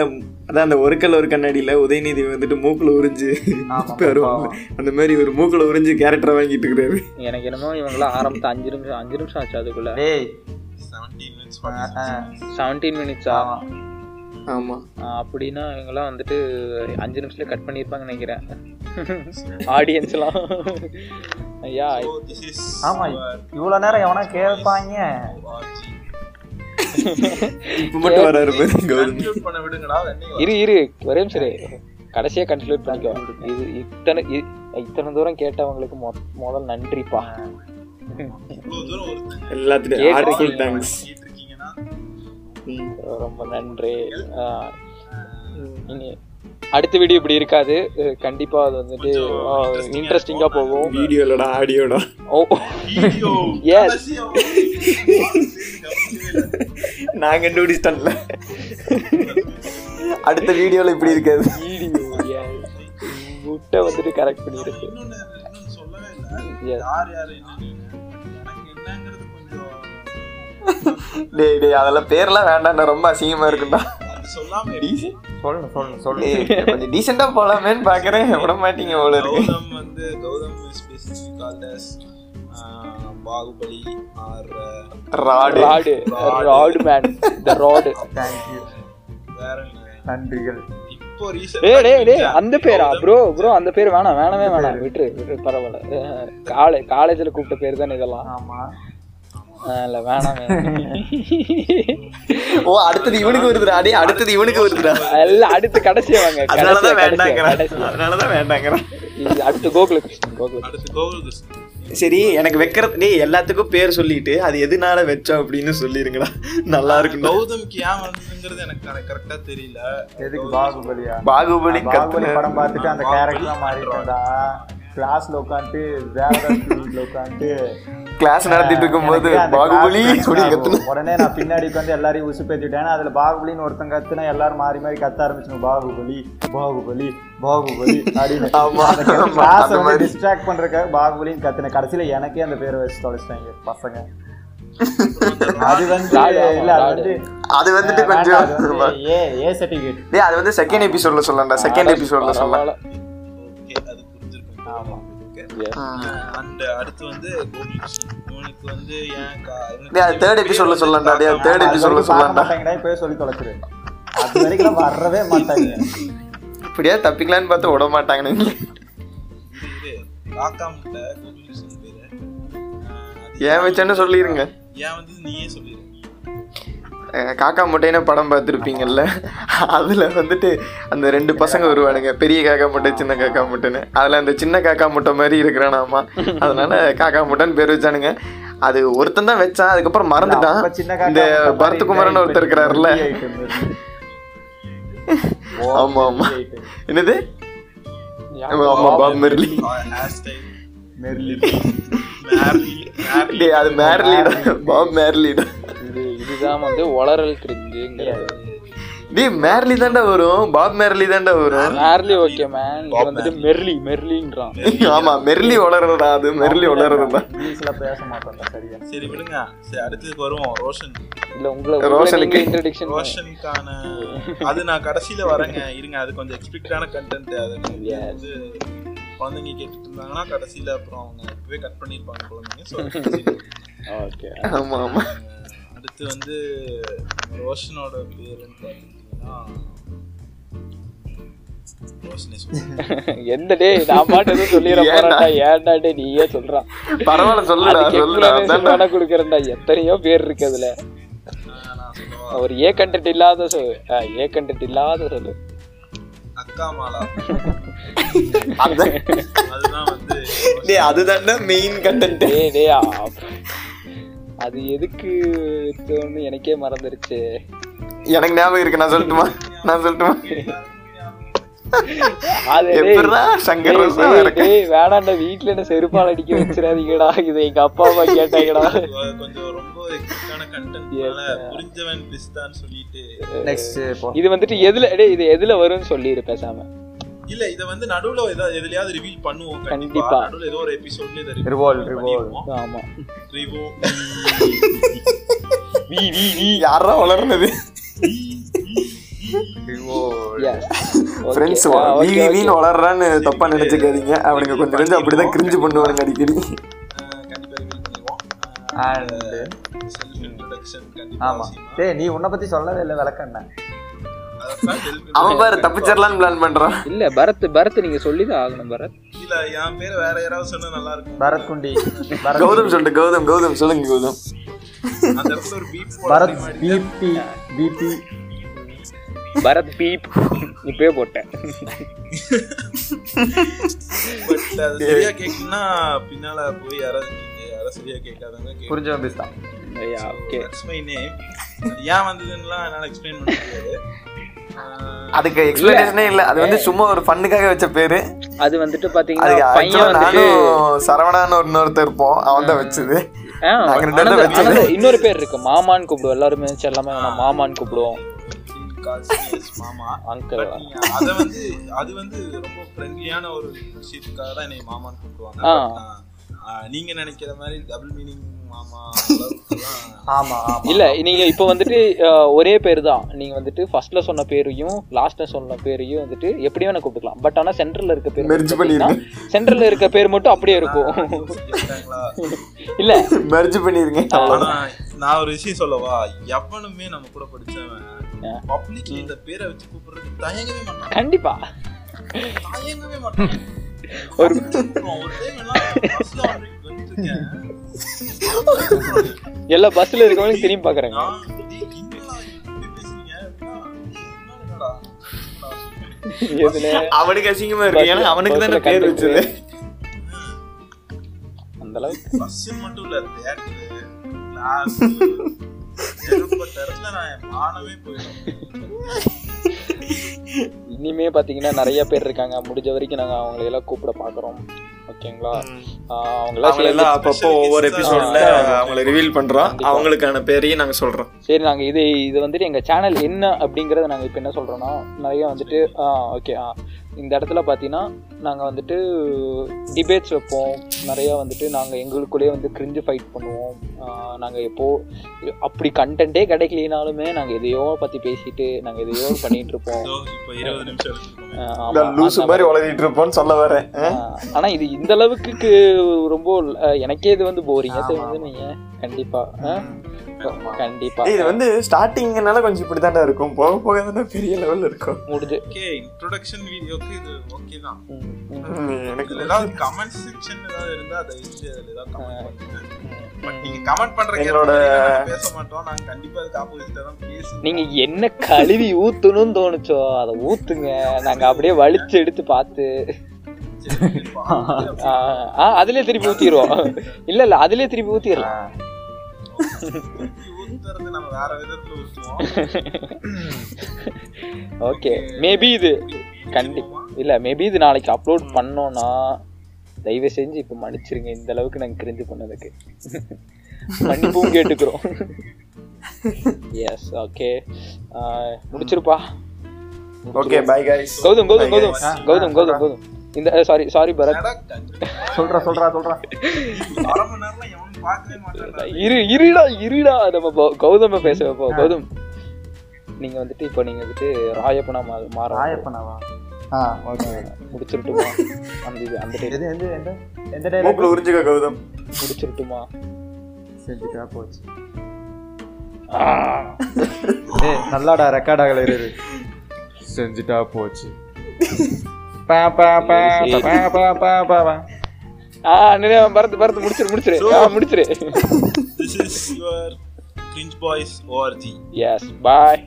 [SPEAKER 3] அதான் அந்த ஒரு கல் ஒரு கண்ணாடியில உதயநிதி வந்துட்டு மூக்குல உறிஞ்சு
[SPEAKER 7] ஆமா.
[SPEAKER 3] வருவாங்க அந்த மாதிரி ஒரு மூக்குல உறிஞ்சு கேரக்டரை வாங்கிட்டு இருக்கிறாரு
[SPEAKER 2] எனக்கு என்னமோ இவங்களாம் ஆரம்பித்து அஞ்சு நிமிஷம் அஞ்சு நிமிஷம் ஆச்சு அதுக்குள்ளே
[SPEAKER 7] டேய்
[SPEAKER 4] செவன்டீன் மினிட்ஸ்
[SPEAKER 2] செவன்டீன் மினிட்ஸா
[SPEAKER 7] ஆமா.
[SPEAKER 3] ஆமா
[SPEAKER 2] அப்படின்னா இவங்கெல்லாம் வந்துட்டு அஞ்சு நிமிஷத்துல கட் பண்ணியிருப்பாங்கன்னு நினைக்கிறேன் ஆடியன்ஸ்லாம் ஐயா
[SPEAKER 4] திஸ் இஸ்
[SPEAKER 7] ஆமா இவ்வளவு நேரம் எவனா கேட்பாங்க
[SPEAKER 3] இப்ப மட்டும் வராரு பாரு கௌதம்
[SPEAKER 4] கன்க்ளூட் பண்ண விடுங்கடா வெண்ணெய்
[SPEAKER 2] இரு இரு ஒரே நிமிஷம் இரு. கடைசியா கன்க்ளூட் பண்ணிக்கோ இது இத்தனை இ- இத்தனை தூரம் கேட்டவங்களுக்கு மொ- முதல் நன்றிப்பா
[SPEAKER 4] இவ்வளவு தூரம் ஒருத்தன்
[SPEAKER 3] எல்லாத்துலயும்
[SPEAKER 2] கேட்டு
[SPEAKER 3] ஆர்ட்ஃபுல்
[SPEAKER 2] இருக்கீங்க.
[SPEAKER 3] தேங்க்ஸ்
[SPEAKER 4] கேட்டு இருக்கீங்கன்னா
[SPEAKER 2] ரொம்ப நன்றி ஆ, இனி அடுத்த வீடியோ இப்படி இருக்காது அஹ் கண்டிப்பா அது வந்துட்டு இன்ட்ரெஸ்டிங்கா போகும்
[SPEAKER 3] வீடியோலடா ஆடியோடா
[SPEAKER 2] ஓ
[SPEAKER 4] வீடியோ
[SPEAKER 2] Yes.
[SPEAKER 3] நான் கண்டுபிடிச்சிட்டேன்ல அடுத்த வீடியோல இப்படி இருக்காது
[SPEAKER 2] வீடியோ முட்டை வந்துட்டு கரெக்ட் பண்ணிருக்கு
[SPEAKER 4] இன்னொன்னு இன்னொன்னு சொல்லவே இல்லை
[SPEAKER 2] Yes.
[SPEAKER 4] யார் யார் என்னன்னு எனக்கு என்னங்கிறது கொஞ்சம்
[SPEAKER 3] டேய் டேய் அதெல்லாம் பேர்லாம் வேண்டாம்டா ரொம்ப அசிங்கமா இருக்கும்டா
[SPEAKER 4] அது சொல்லாம இருக்கு.
[SPEAKER 7] சொல்லு சொல்லு சொல்லு
[SPEAKER 3] டேய், கொஞ்சம் டீசெண்டா போலாமேன்னு பாக்குறேன் விட மாட்டீங்க அவ்வளவு இருக்கு
[SPEAKER 4] கௌதம் வந்து கௌதம் ஸ்பெசிஃபிக் கால்டஸ் ah, Baahubali R
[SPEAKER 3] rod
[SPEAKER 2] rod rod man the rod
[SPEAKER 7] thank you
[SPEAKER 4] வேற என்ன?
[SPEAKER 7] நன்றிகள்
[SPEAKER 4] இப்போ recent
[SPEAKER 2] டேய் டேய் டேய்
[SPEAKER 4] ஆ
[SPEAKER 2] அந்த பேரா
[SPEAKER 4] கௌதம்
[SPEAKER 2] ப்ரோ ப்ரோ அந்த பேர் வேணாம் வேணவே வேணாம் விட்டுரு விட்டுரு பரவாயில்ல காலே காலேஜில் கூப்பிட்ட பேர் தானே இதெல்லாம்
[SPEAKER 7] ஆமா
[SPEAKER 2] அஹ் இல்ல வேணாமே
[SPEAKER 3] ஓ அடுத்தது இவனுக்கு வருதுடா டேய் அடுத்தது இவனுக்கு வருதுடா
[SPEAKER 2] எல்லாம் அடுத்து கடைசியா வாங்க கடைசியா,
[SPEAKER 3] அதனாலதான்
[SPEAKER 2] கடைசியா,
[SPEAKER 3] வேண்டாங்கிறேன்
[SPEAKER 2] கடைசியா.
[SPEAKER 3] அதனாலதான் வேண்டாங்கிறேன்
[SPEAKER 2] இது அடுத்து கோகுல கிருஷ்ணன் கோகுல
[SPEAKER 4] அடுத்து கோகுல் கிருஷ்ணன்
[SPEAKER 3] சரி எனக்கு வைக்கிற டேய் எல்லாத்துக்கும் பேர் சொல்லிட்டு அது எதுனால வச்சோம் அப்படின்னு சொல்லிருங்கடா நல்லா இருக்கும்
[SPEAKER 4] கௌதம்க்கு ஏன் வந்துங்கிறது எனக்கு கரெக்டா தெரியல
[SPEAKER 7] எதுக்கு பாகுபலியா
[SPEAKER 3] பாகுபலி
[SPEAKER 7] பாகுபலி படம் பார்த்துட்டு அந்த கேரக்டர்லாம் மாறிட்டா
[SPEAKER 4] மாறிட்டேன்டா.
[SPEAKER 7] கிளாஸ்ல உட்காந்து வேற ஸ்டூடெண்ட்ல உட்காந்து
[SPEAKER 3] கிளாஸ் நடத்திட்டு இருக்கும்போது பாகுபலி அப்படின்னு கத்துன
[SPEAKER 7] உடனே நான் பின்னாடி உட்காந்து எல்லாரையும் உசு பேத்திட்டேன் அதுல பாகுபலின்னு ஒருத்தன் கத்துனா எல்லாரும் மாறி மாறி கத்த ஆரம்பிச்சிடும் பாகுபலி பாகுபலி பாகுபலி அப்படின்னு
[SPEAKER 3] ஆமா, ஆமா,
[SPEAKER 7] கிளாஸ்
[SPEAKER 3] அந்த
[SPEAKER 7] வந்து
[SPEAKER 3] மாதிரி.
[SPEAKER 7] டிஸ்ட்ராக்ட் பண்றதுக்காக பாகுபலின்னு கத்துன கடைசியில எனக்கே அந்த பேரை வச்சு தொலைச்சிட்டாங்க பசங்க அது வந்து இல்ல அது வந்து
[SPEAKER 3] அது வந்துட்டு
[SPEAKER 7] வேண்டாம்,
[SPEAKER 3] கொஞ்சம்
[SPEAKER 7] அது வந்து ஏ ஏ சர்டிபிகேட்
[SPEAKER 3] டேய் அது வந்து செகண்ட் எபிசோட்ல சொல்லலாம்டா செகண்ட் எபிசோட்ல சொல்லலாம்
[SPEAKER 4] Okay, அது புரிஞ்சிருக்கும் Okay. And அடுத்து வந்து கோபிகிருஷ்ணன் இவனுக்கு வந்து ஏன் கா- இவனுக்கு
[SPEAKER 3] டேய் அது தேர்ட் எபிசோட்ல சொல்லலாம்டா டேய் அது தேர்ட்
[SPEAKER 7] அது
[SPEAKER 3] எபிசோட்ல
[SPEAKER 7] வரைக்கும் பார்க்க
[SPEAKER 3] சொல்லலாம்டா
[SPEAKER 7] மாட்டாங்கடா இப்பவே சொல்லி தொலைச்சிரு அது வரைக்கும் வரவே மாட்டாங்க
[SPEAKER 3] இப்படியா தப்பிக்கலாம்னு பார்த்து விட மாட்டாங்க நீங்க
[SPEAKER 4] இது காக்காமுட்டை கோபிகிருஷ்ணன் பேரு அஹ் அது
[SPEAKER 3] ஏன் வச்சேன்னு சொல்லிருங்க
[SPEAKER 4] ஏன் வந்து நீயே சொல்லிடு
[SPEAKER 3] அஹ் காக்கா முட்டைன்னு படம் பார்த்துருப்பீங்கல்ல அதில் வந்துட்டு அந்த ரெண்டு பசங்க வருவானுங்க பெரிய காக்கா முட்டை சின்ன காக்கா முட்டைன்னு அதில் அந்த சின்ன காக்கா முட்டை மாதிரி இருக்கிறானாமா அதனால காக்கா முட்டைன்னு பேர் வச்சானுங்க அது ஒருத்தன் தான் வச்சான் அதுக்கப்புறம் மறந்துட்டான்
[SPEAKER 7] அப்ப சின்ன காக்கா
[SPEAKER 3] இந்த
[SPEAKER 7] முட்டை மாதிரி
[SPEAKER 3] பரத்குமாரன்
[SPEAKER 7] இப்ப
[SPEAKER 3] ஒருத்தர் இருக்கிறாருல்ல
[SPEAKER 7] பெரிய item இருக்கு.
[SPEAKER 3] ஆமா ஆமா
[SPEAKER 7] பெரிய item.
[SPEAKER 3] என்னது ஆமா, ஆமா Bob Marley
[SPEAKER 4] hair style
[SPEAKER 7] Marley
[SPEAKER 4] Marley Marley
[SPEAKER 3] டேய் அது மேர்லிடா பாப் மேர்லிடா
[SPEAKER 2] இது இதுதான் வந்து வளரல் கிரிஞ்சுங்கிறது
[SPEAKER 3] டேய் மேர்லி தான்டா வரும் பாப் மேர்லி தான்டா வரும்
[SPEAKER 2] மேர்லி ஓகே மேன் இது வந்துட்டு மெர்லி மெர்லின்றான்
[SPEAKER 3] ஆமா மெர்லி வளர்றதா அது மெர்லி வளர்றதா
[SPEAKER 7] இங்கிலீஷ்ல பேச மாட்டோம்டா சரியா
[SPEAKER 4] சரி விடுங்க சரி அடுத்தது வருவோம் ரோஷன்
[SPEAKER 2] இல்ல உங்களை
[SPEAKER 3] ரோஷனுக்கு.
[SPEAKER 2] ரோஷனுக்கு இன்ட்ரடக்ஷன்
[SPEAKER 4] ரோஷனுக்கான அது நான் கடைசியில வரேங்க இருங்க அது கொஞ்சம் எக்ஸ்பெக்டான கண்டென்ட் அது வந்து குழந்தைங்க கேட்டுட்டு இருந்தாங்கன்னா கடைசியில அப்புறம் அவங்க இப்பவே கட் பண்ணிருப்பாங்க குழந்தைங்க So,
[SPEAKER 2] ஓகே
[SPEAKER 3] ஆமா ஆமா
[SPEAKER 4] அடுத்து வந்து ரோஷனோட பேருன்னு பார்த்தீங்கன்னா ரோஷனே சொல்லுங்க.
[SPEAKER 2] எந்த டே நான் பாட்டு எதுவும் சொல்லிட
[SPEAKER 3] ஏன்டா?
[SPEAKER 2] போறேன்டா ஏன்டா டே நீயே சொல்றான்
[SPEAKER 3] பரவாயில்ல சொல்லுடா
[SPEAKER 2] அதுக்கு
[SPEAKER 3] சொல்லுடா
[SPEAKER 2] எவ்வளவு
[SPEAKER 3] அதான்டா
[SPEAKER 2] வேணா கொடுக்குறேன்டா எத்தனையோ பேர் இருக்கு அதுல
[SPEAKER 4] ஆஹ் நான் சொல்லுவா
[SPEAKER 2] ஒரு ஏ கண்டென்ட் இல்லாத சொல்லு ஏ கண்டென்ட் இல்லாத சொல்லு
[SPEAKER 4] அக்கா மாலா
[SPEAKER 3] அதான்
[SPEAKER 4] அதுதான் வந்து
[SPEAKER 3] டேய் அதுதான்டா மெயின் கண்டென்ட்
[SPEAKER 2] டேய் டேய் ஆப். அது எதுக்கு வச்சோன்னு எனக்கே மறந்துருச்சு
[SPEAKER 3] எனக்கு ஞாபகம் இருக்கு நான் சொல்லட்டுமா நான் சொல்லட்டுமா
[SPEAKER 2] அது டேய்,
[SPEAKER 3] எப்படிடா சங்கர்
[SPEAKER 2] டேய்,
[SPEAKER 3] ரோசா
[SPEAKER 2] டேய்,
[SPEAKER 3] இருக்கு
[SPEAKER 2] டேய், வேணாண்டா வீட்டுல என்ன செருப்பால் அடிக்க வச்சிடாதீங்கடா இது எங்க அப்பா அம்மா கேட்டாங்கடா
[SPEAKER 4] கொஞ்சம் கொஞ்சம் ரொம்ப எக்ஸ்பெக்டான கண்டென்ட்னால புரிஞ்சவன் பிஸ்தான்னு சொல்லிட்டு
[SPEAKER 7] நெக்ஸ்ட்
[SPEAKER 2] இது வந்துட்டு எதுல டேய் இது எதுல வரும்னு சொல்லிடு பேசாம
[SPEAKER 4] இல்ல இத வந்து நடுவுல ஏதாவது எதுலயாவது ரிவீல் பண்ணுவோம் கண்டிப்பா
[SPEAKER 2] கண்டிப்பா.
[SPEAKER 4] நடுவுல ஏதோ ஒரு எபிசோட்ல இத reveal
[SPEAKER 7] Revolve, revolve.
[SPEAKER 4] பண்ணிருவோம்.
[SPEAKER 2] ஆமா
[SPEAKER 4] Revolve.
[SPEAKER 3] யாரா வளர்ந்தது
[SPEAKER 2] yes. Okay.
[SPEAKER 3] ஃப்ரெண்ட்ஸ்
[SPEAKER 2] ஆ, okay,
[SPEAKER 3] வீவி
[SPEAKER 2] okay.
[SPEAKER 3] வீணு வளர்றான்னு தப்பா நினைச்சுக்காதீங்க அவனுங்க கொஞ்சம் கொஞ்சம் அப்படிதான் கிரிஞ்சு பண்ணுவானுங்க அடிக்கடி
[SPEAKER 4] அஹ் கண்டிப்பா reveal பண்ணிருவோம்
[SPEAKER 7] அண்ட்
[SPEAKER 4] செல்ஃப் இன்ட்ரோடக்ஷன் கண்டிப்பா
[SPEAKER 7] ஆமா டேய் நீ உன்னை பத்தி சொல்லவே இல்லை விளக்கம் என்ன
[SPEAKER 4] அதான் self
[SPEAKER 3] அவன் பாரு தப்பிச்சிடலான்னு பிளான் பண்றான்
[SPEAKER 2] இல்ல பரத் பரத் நீங்க சொல்லிதான் ஆகணும் பரத்
[SPEAKER 4] introduction. இல்ல என் பேர் வேற யாராவது சொன்னா நல்லா இருக்கும்
[SPEAKER 7] பரத் குண்டி பரத்
[SPEAKER 3] கௌதம் சொல்லிட்டு கௌதம் கௌதம் சொல்லுங்க கௌதம்
[SPEAKER 4] அந்த இடத்துல ஒரு பீட்
[SPEAKER 7] பரத் பிபி பிபி
[SPEAKER 2] பரத் பீப் இப்பயே போட்டேன்
[SPEAKER 4] பட் அது சரியா கேட்கணும்னா பின்னால போய் யாராவது கேக்கு யாராவது சரியா கேட்காதவங்க கேட்கும்
[SPEAKER 7] புரிஞ்சவன் பேசுதான்
[SPEAKER 2] ஓகே
[SPEAKER 4] தட்ஸ் மை நேம் ஏன் வந்ததுன்னுலாம் என்னால எக்ஸ்பிளைன் பண்ண முடியாது அஹ்
[SPEAKER 3] அதுக்கு எக்ஸ்பிளனேஷனே இல்ல அது வந்து சும்மா ஒரு ஃபண்ணுக்காக வச்ச பேரு
[SPEAKER 2] அது வந்துட்டு
[SPEAKER 3] அது
[SPEAKER 2] பாத்தீங்கன்னா
[SPEAKER 3] actually
[SPEAKER 2] பையன் வந்துட்டு
[SPEAKER 3] நானும் சரவணான்னு ஒரு இன்னொருத்தர் இருப்போம் அவன் தான் வச்சது
[SPEAKER 2] ஆ,
[SPEAKER 3] நாங்க ரெண்டு
[SPEAKER 2] ஆனந்த-
[SPEAKER 3] பேரும் வச்சது.
[SPEAKER 2] ஆனந்த- இன்னொரு பேர் இருக்கு மாமான்னு கூப்பிடுவோம் எல்லாருமே செல்லாம மாமான்னு கூப்பிடுவோம்
[SPEAKER 4] கால்ஸ் மாமா
[SPEAKER 2] அங்கிள்
[SPEAKER 4] அத வந்து அது வந்து ரொம்ப ஃப்ரெண்ட்லியான ஒரு விஷயத்துக்காக தான் என்னை மாமான்னு கூப்பிடுவாங்க
[SPEAKER 2] ஆ.
[SPEAKER 4] But நான், ஆ, நீங்க நினைக்கிற மாதிரி டபுள் மீனிங் மாமா அளவுக்குலாம்
[SPEAKER 7] ஆமா ஆமா
[SPEAKER 2] இல்ல நீங்க இப்போ வந்துட்டு அ, ஒரே பேர் தான் நீங்க வந்துட்டு ஃபர்ஸ்ட்ல சொன்ன பேரையும் லாஸ்ட்ல சொன்ன பேரையும் வந்துட்டு எப்படி வேணா கூப்பிட்டுக்கலாம் பட் ஆனா சென்டர்ல இருக்க பேர்
[SPEAKER 3] Merge பண்ணிருங்க.
[SPEAKER 2] சென்டர்ல இருக்க பேர் மட்டும் அப்படியே இருக்கும்
[SPEAKER 4] கேட்டாங்களா?
[SPEAKER 2] இல்ல
[SPEAKER 3] மெர்ஜ் பண்ணிருங்க
[SPEAKER 4] ஆனா நான் ஒரு விஷயம் சொல்லவா எவனுமே நம்ம கூட படிச்சவன்
[SPEAKER 2] ஆ.
[SPEAKER 4] பப்ளிக்ல இந்த பேரை வச்சு கூப்பிடுறதுக்கு தயங்கவே மாட்டான்
[SPEAKER 2] கண்டிப்பா
[SPEAKER 4] தயங்கவே மாட்டான் ஒரு
[SPEAKER 2] ஒரு
[SPEAKER 4] டைம் எல்லாம் பஸ்ல வந்துட்டு இருக்கேன்
[SPEAKER 2] எல்லா பஸ்ல இருக்கவங்களும் திரும்பி பாக்குறாங்க
[SPEAKER 4] நான் டேய், என்னடா இப்படி பேசுறீங்க அப்படின்னா, "என்னடா என்னடா?"
[SPEAKER 2] எதுல
[SPEAKER 3] அவனுக்கு அசிங்கமா இருக்கு ஏன்னா அவனுக்கு தானே பேர் வச்சது
[SPEAKER 2] அந்த
[SPEAKER 3] அந்த அளவுக்கு
[SPEAKER 4] பஸ்ஸில் மட்டும் இல்ல தேட்டரு கிளாஸ் ஏகப்பட்ட இடத்துல நான் என் மானமே போயிடும்
[SPEAKER 2] இனிமே பார்த்தீங்கன்னா நிறைய பேர் இருக்காங்க முடிஞ்ச வரைக்கும் நாங்கள் அவங்களை எல்லாம் கூப்பிட பார்க்குறோம் ஓகேங்களா ஆஹ் அவங்களாம்
[SPEAKER 3] அவங்கள எல்லாம் அப்பப்போ ஒவ்வொரு எபிசோட்ல
[SPEAKER 4] ஆ.
[SPEAKER 3] அவங்கள ரிவீல் பண்றோம் அவங்களுக்கான பேரையும் நாங்க சொல்றோம்
[SPEAKER 2] சரி நாங்கள் இது இது வந்துட்டு எங்கள் சேனல் என்ன அப்படிங்கிறத நாங்கள் இப்போ என்ன சொல்கிறோன்னா நிறைய வந்துட்டு ஆ ஓகே ஆ இந்த இடத்துல பார்த்தீங்கன்னா நாங்கள் வந்துட்டு டிபேட்ஸ் வைப்போம் நிறையா வந்துட்டு நாங்கள் எங்களுக்குள்ளேயே வந்து கிரிஞ்சு ஃபைட் பண்ணுவோம் நாங்கள் எப்போது அப்படி கண்டென்ட்டே கிடைக்கலினாலுமே நாங்கள் எதையோ பற்றி பேசிட்டு நாங்கள் எதையோ பண்ணிட்டு இருப்போம்
[SPEAKER 4] இதோ இப்ப இருபது நிமிஷம் எடுத்துக்கோங்க
[SPEAKER 2] ஆஹ் ஆமா,
[SPEAKER 3] நான் லூசு
[SPEAKER 2] அந்த
[SPEAKER 3] மாதிரி உளறிட்டு இருப்போம்னு சொல்ல வரேன் ஆ?
[SPEAKER 2] ஆஹ் ஆனா இது இந்த அளவுக்கு கு- ரொம்ப அஹ் எனக்கே இது வந்து போரிங்க வந்து நீங்க கண்டிப்பா ஆஹ் கண்டிப்பா
[SPEAKER 3] இது வந்து ஸ்டார்டிங்னால கொஞ்சம் இப்படித்தான்டா இருக்கும் போக போக தானே பெரிய லெவல்ல இருக்கும்
[SPEAKER 2] முடிஞ்சு
[SPEAKER 4] ஓகே இன்ட்ரோடக்ஷன் வீடியோக்கு இது ஓகே தான்
[SPEAKER 2] ம், ம்.
[SPEAKER 3] ம், எனக்கு
[SPEAKER 4] இதுல ஏதாவது கமெண்ட் செக்ஷன் ஏதாவது இருந்தா அதை எழுதி அதுல ஏதாவது கமெண்ட் பண்ணுங்க பட் நீங்க கமெண்ட் பண்ற
[SPEAKER 3] எங்களோட-
[SPEAKER 4] கேட்டோட பேச மாட்டோம் நாங்க கண்டிப்பா அதுக்கு ஆப்போசிட்டா தான் பேசுவோம்
[SPEAKER 2] நீங்க என்ன கழுவி ஊத்தணும்னு தோணுச்சோ அதை ஊத்துங்க நாங்க அப்படியே வலிச்சு எடுத்து பார்த்து
[SPEAKER 4] சரி, பாப்போம்.
[SPEAKER 2] ஆஹ் ஆஹ், அதுலயே திருப்பி ஊத்திடுவோம் இல்ல இல்ல அதுலயே திருப்பி ஊத்திடலாம்
[SPEAKER 4] திருப்பி ஊத்துறது நம்ம வேற விதத்துல ஊத்துவோம்
[SPEAKER 2] ஓகே மேபி இது கண்டிப்பா இல்ல மேபி இது நாளைக்கு அப்லோட் பண்ணோம்னா தயவு செஞ்சு இப்ப மன்னிச்சிருங்க இந்த அளவுக்கு நாங்க கிரிஞ்சு பண்ணதுக்கு மன்னிப்பும் கேட்டுக்கிறோம் எஸ் ஓகே முடிச்சிருப்பா
[SPEAKER 3] okay bye guys
[SPEAKER 2] Gautham Gautham Gautham Gautham Gautham Gautham இந்த சாரி சாரி பரத்
[SPEAKER 4] என்னடா கண்டு-
[SPEAKER 7] சொல்றா சொல்றா சொல்றா
[SPEAKER 4] அரை மணி நேரம்லாம் எவனும் பார்க்கவே மாட்டான்டா.
[SPEAKER 2] இரு இருடா இருடா நம்ம பௌ- கௌதம பேச வைப்போம் கௌதம் நீங்க வந்துட்டு இப்போ நீங்க வந்துட்டு ராயப்பனா மா- மாற
[SPEAKER 7] ராயப்பனாவா ஆ ஓகே
[SPEAKER 2] முடிச்சிருட்டுமா அந்த இது அந்த டைம்
[SPEAKER 7] எது எந்த எந்த எந்த
[SPEAKER 3] மூக்குல
[SPEAKER 7] டைலாக்
[SPEAKER 3] உறிஞ்சுக்க கௌதம்
[SPEAKER 2] முடிச்சிருட்டுமா
[SPEAKER 7] செஞ்சுட்டா போச்சு ஏய் நல்லாடா ரெக்கார்ட் ஆகல இரு செஞ்சுட்டா போச்சு பா பா பா பா பா பா பா பா
[SPEAKER 2] ஆ நிறைய பரத்து பரத்து முடிச்சிரு முடிச்சிரு ஆ முடிச்சிரு
[SPEAKER 4] This is your Cringe Boys ORG.
[SPEAKER 2] Yes bye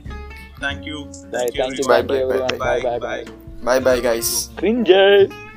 [SPEAKER 4] Thank you.
[SPEAKER 2] Bye
[SPEAKER 4] Thank you
[SPEAKER 2] thank you
[SPEAKER 4] everyone.
[SPEAKER 2] Thank you
[SPEAKER 3] bye,
[SPEAKER 2] every
[SPEAKER 4] Bye.
[SPEAKER 2] Bye bye
[SPEAKER 4] Bye.
[SPEAKER 2] Bye
[SPEAKER 3] bye bye guys
[SPEAKER 2] cringes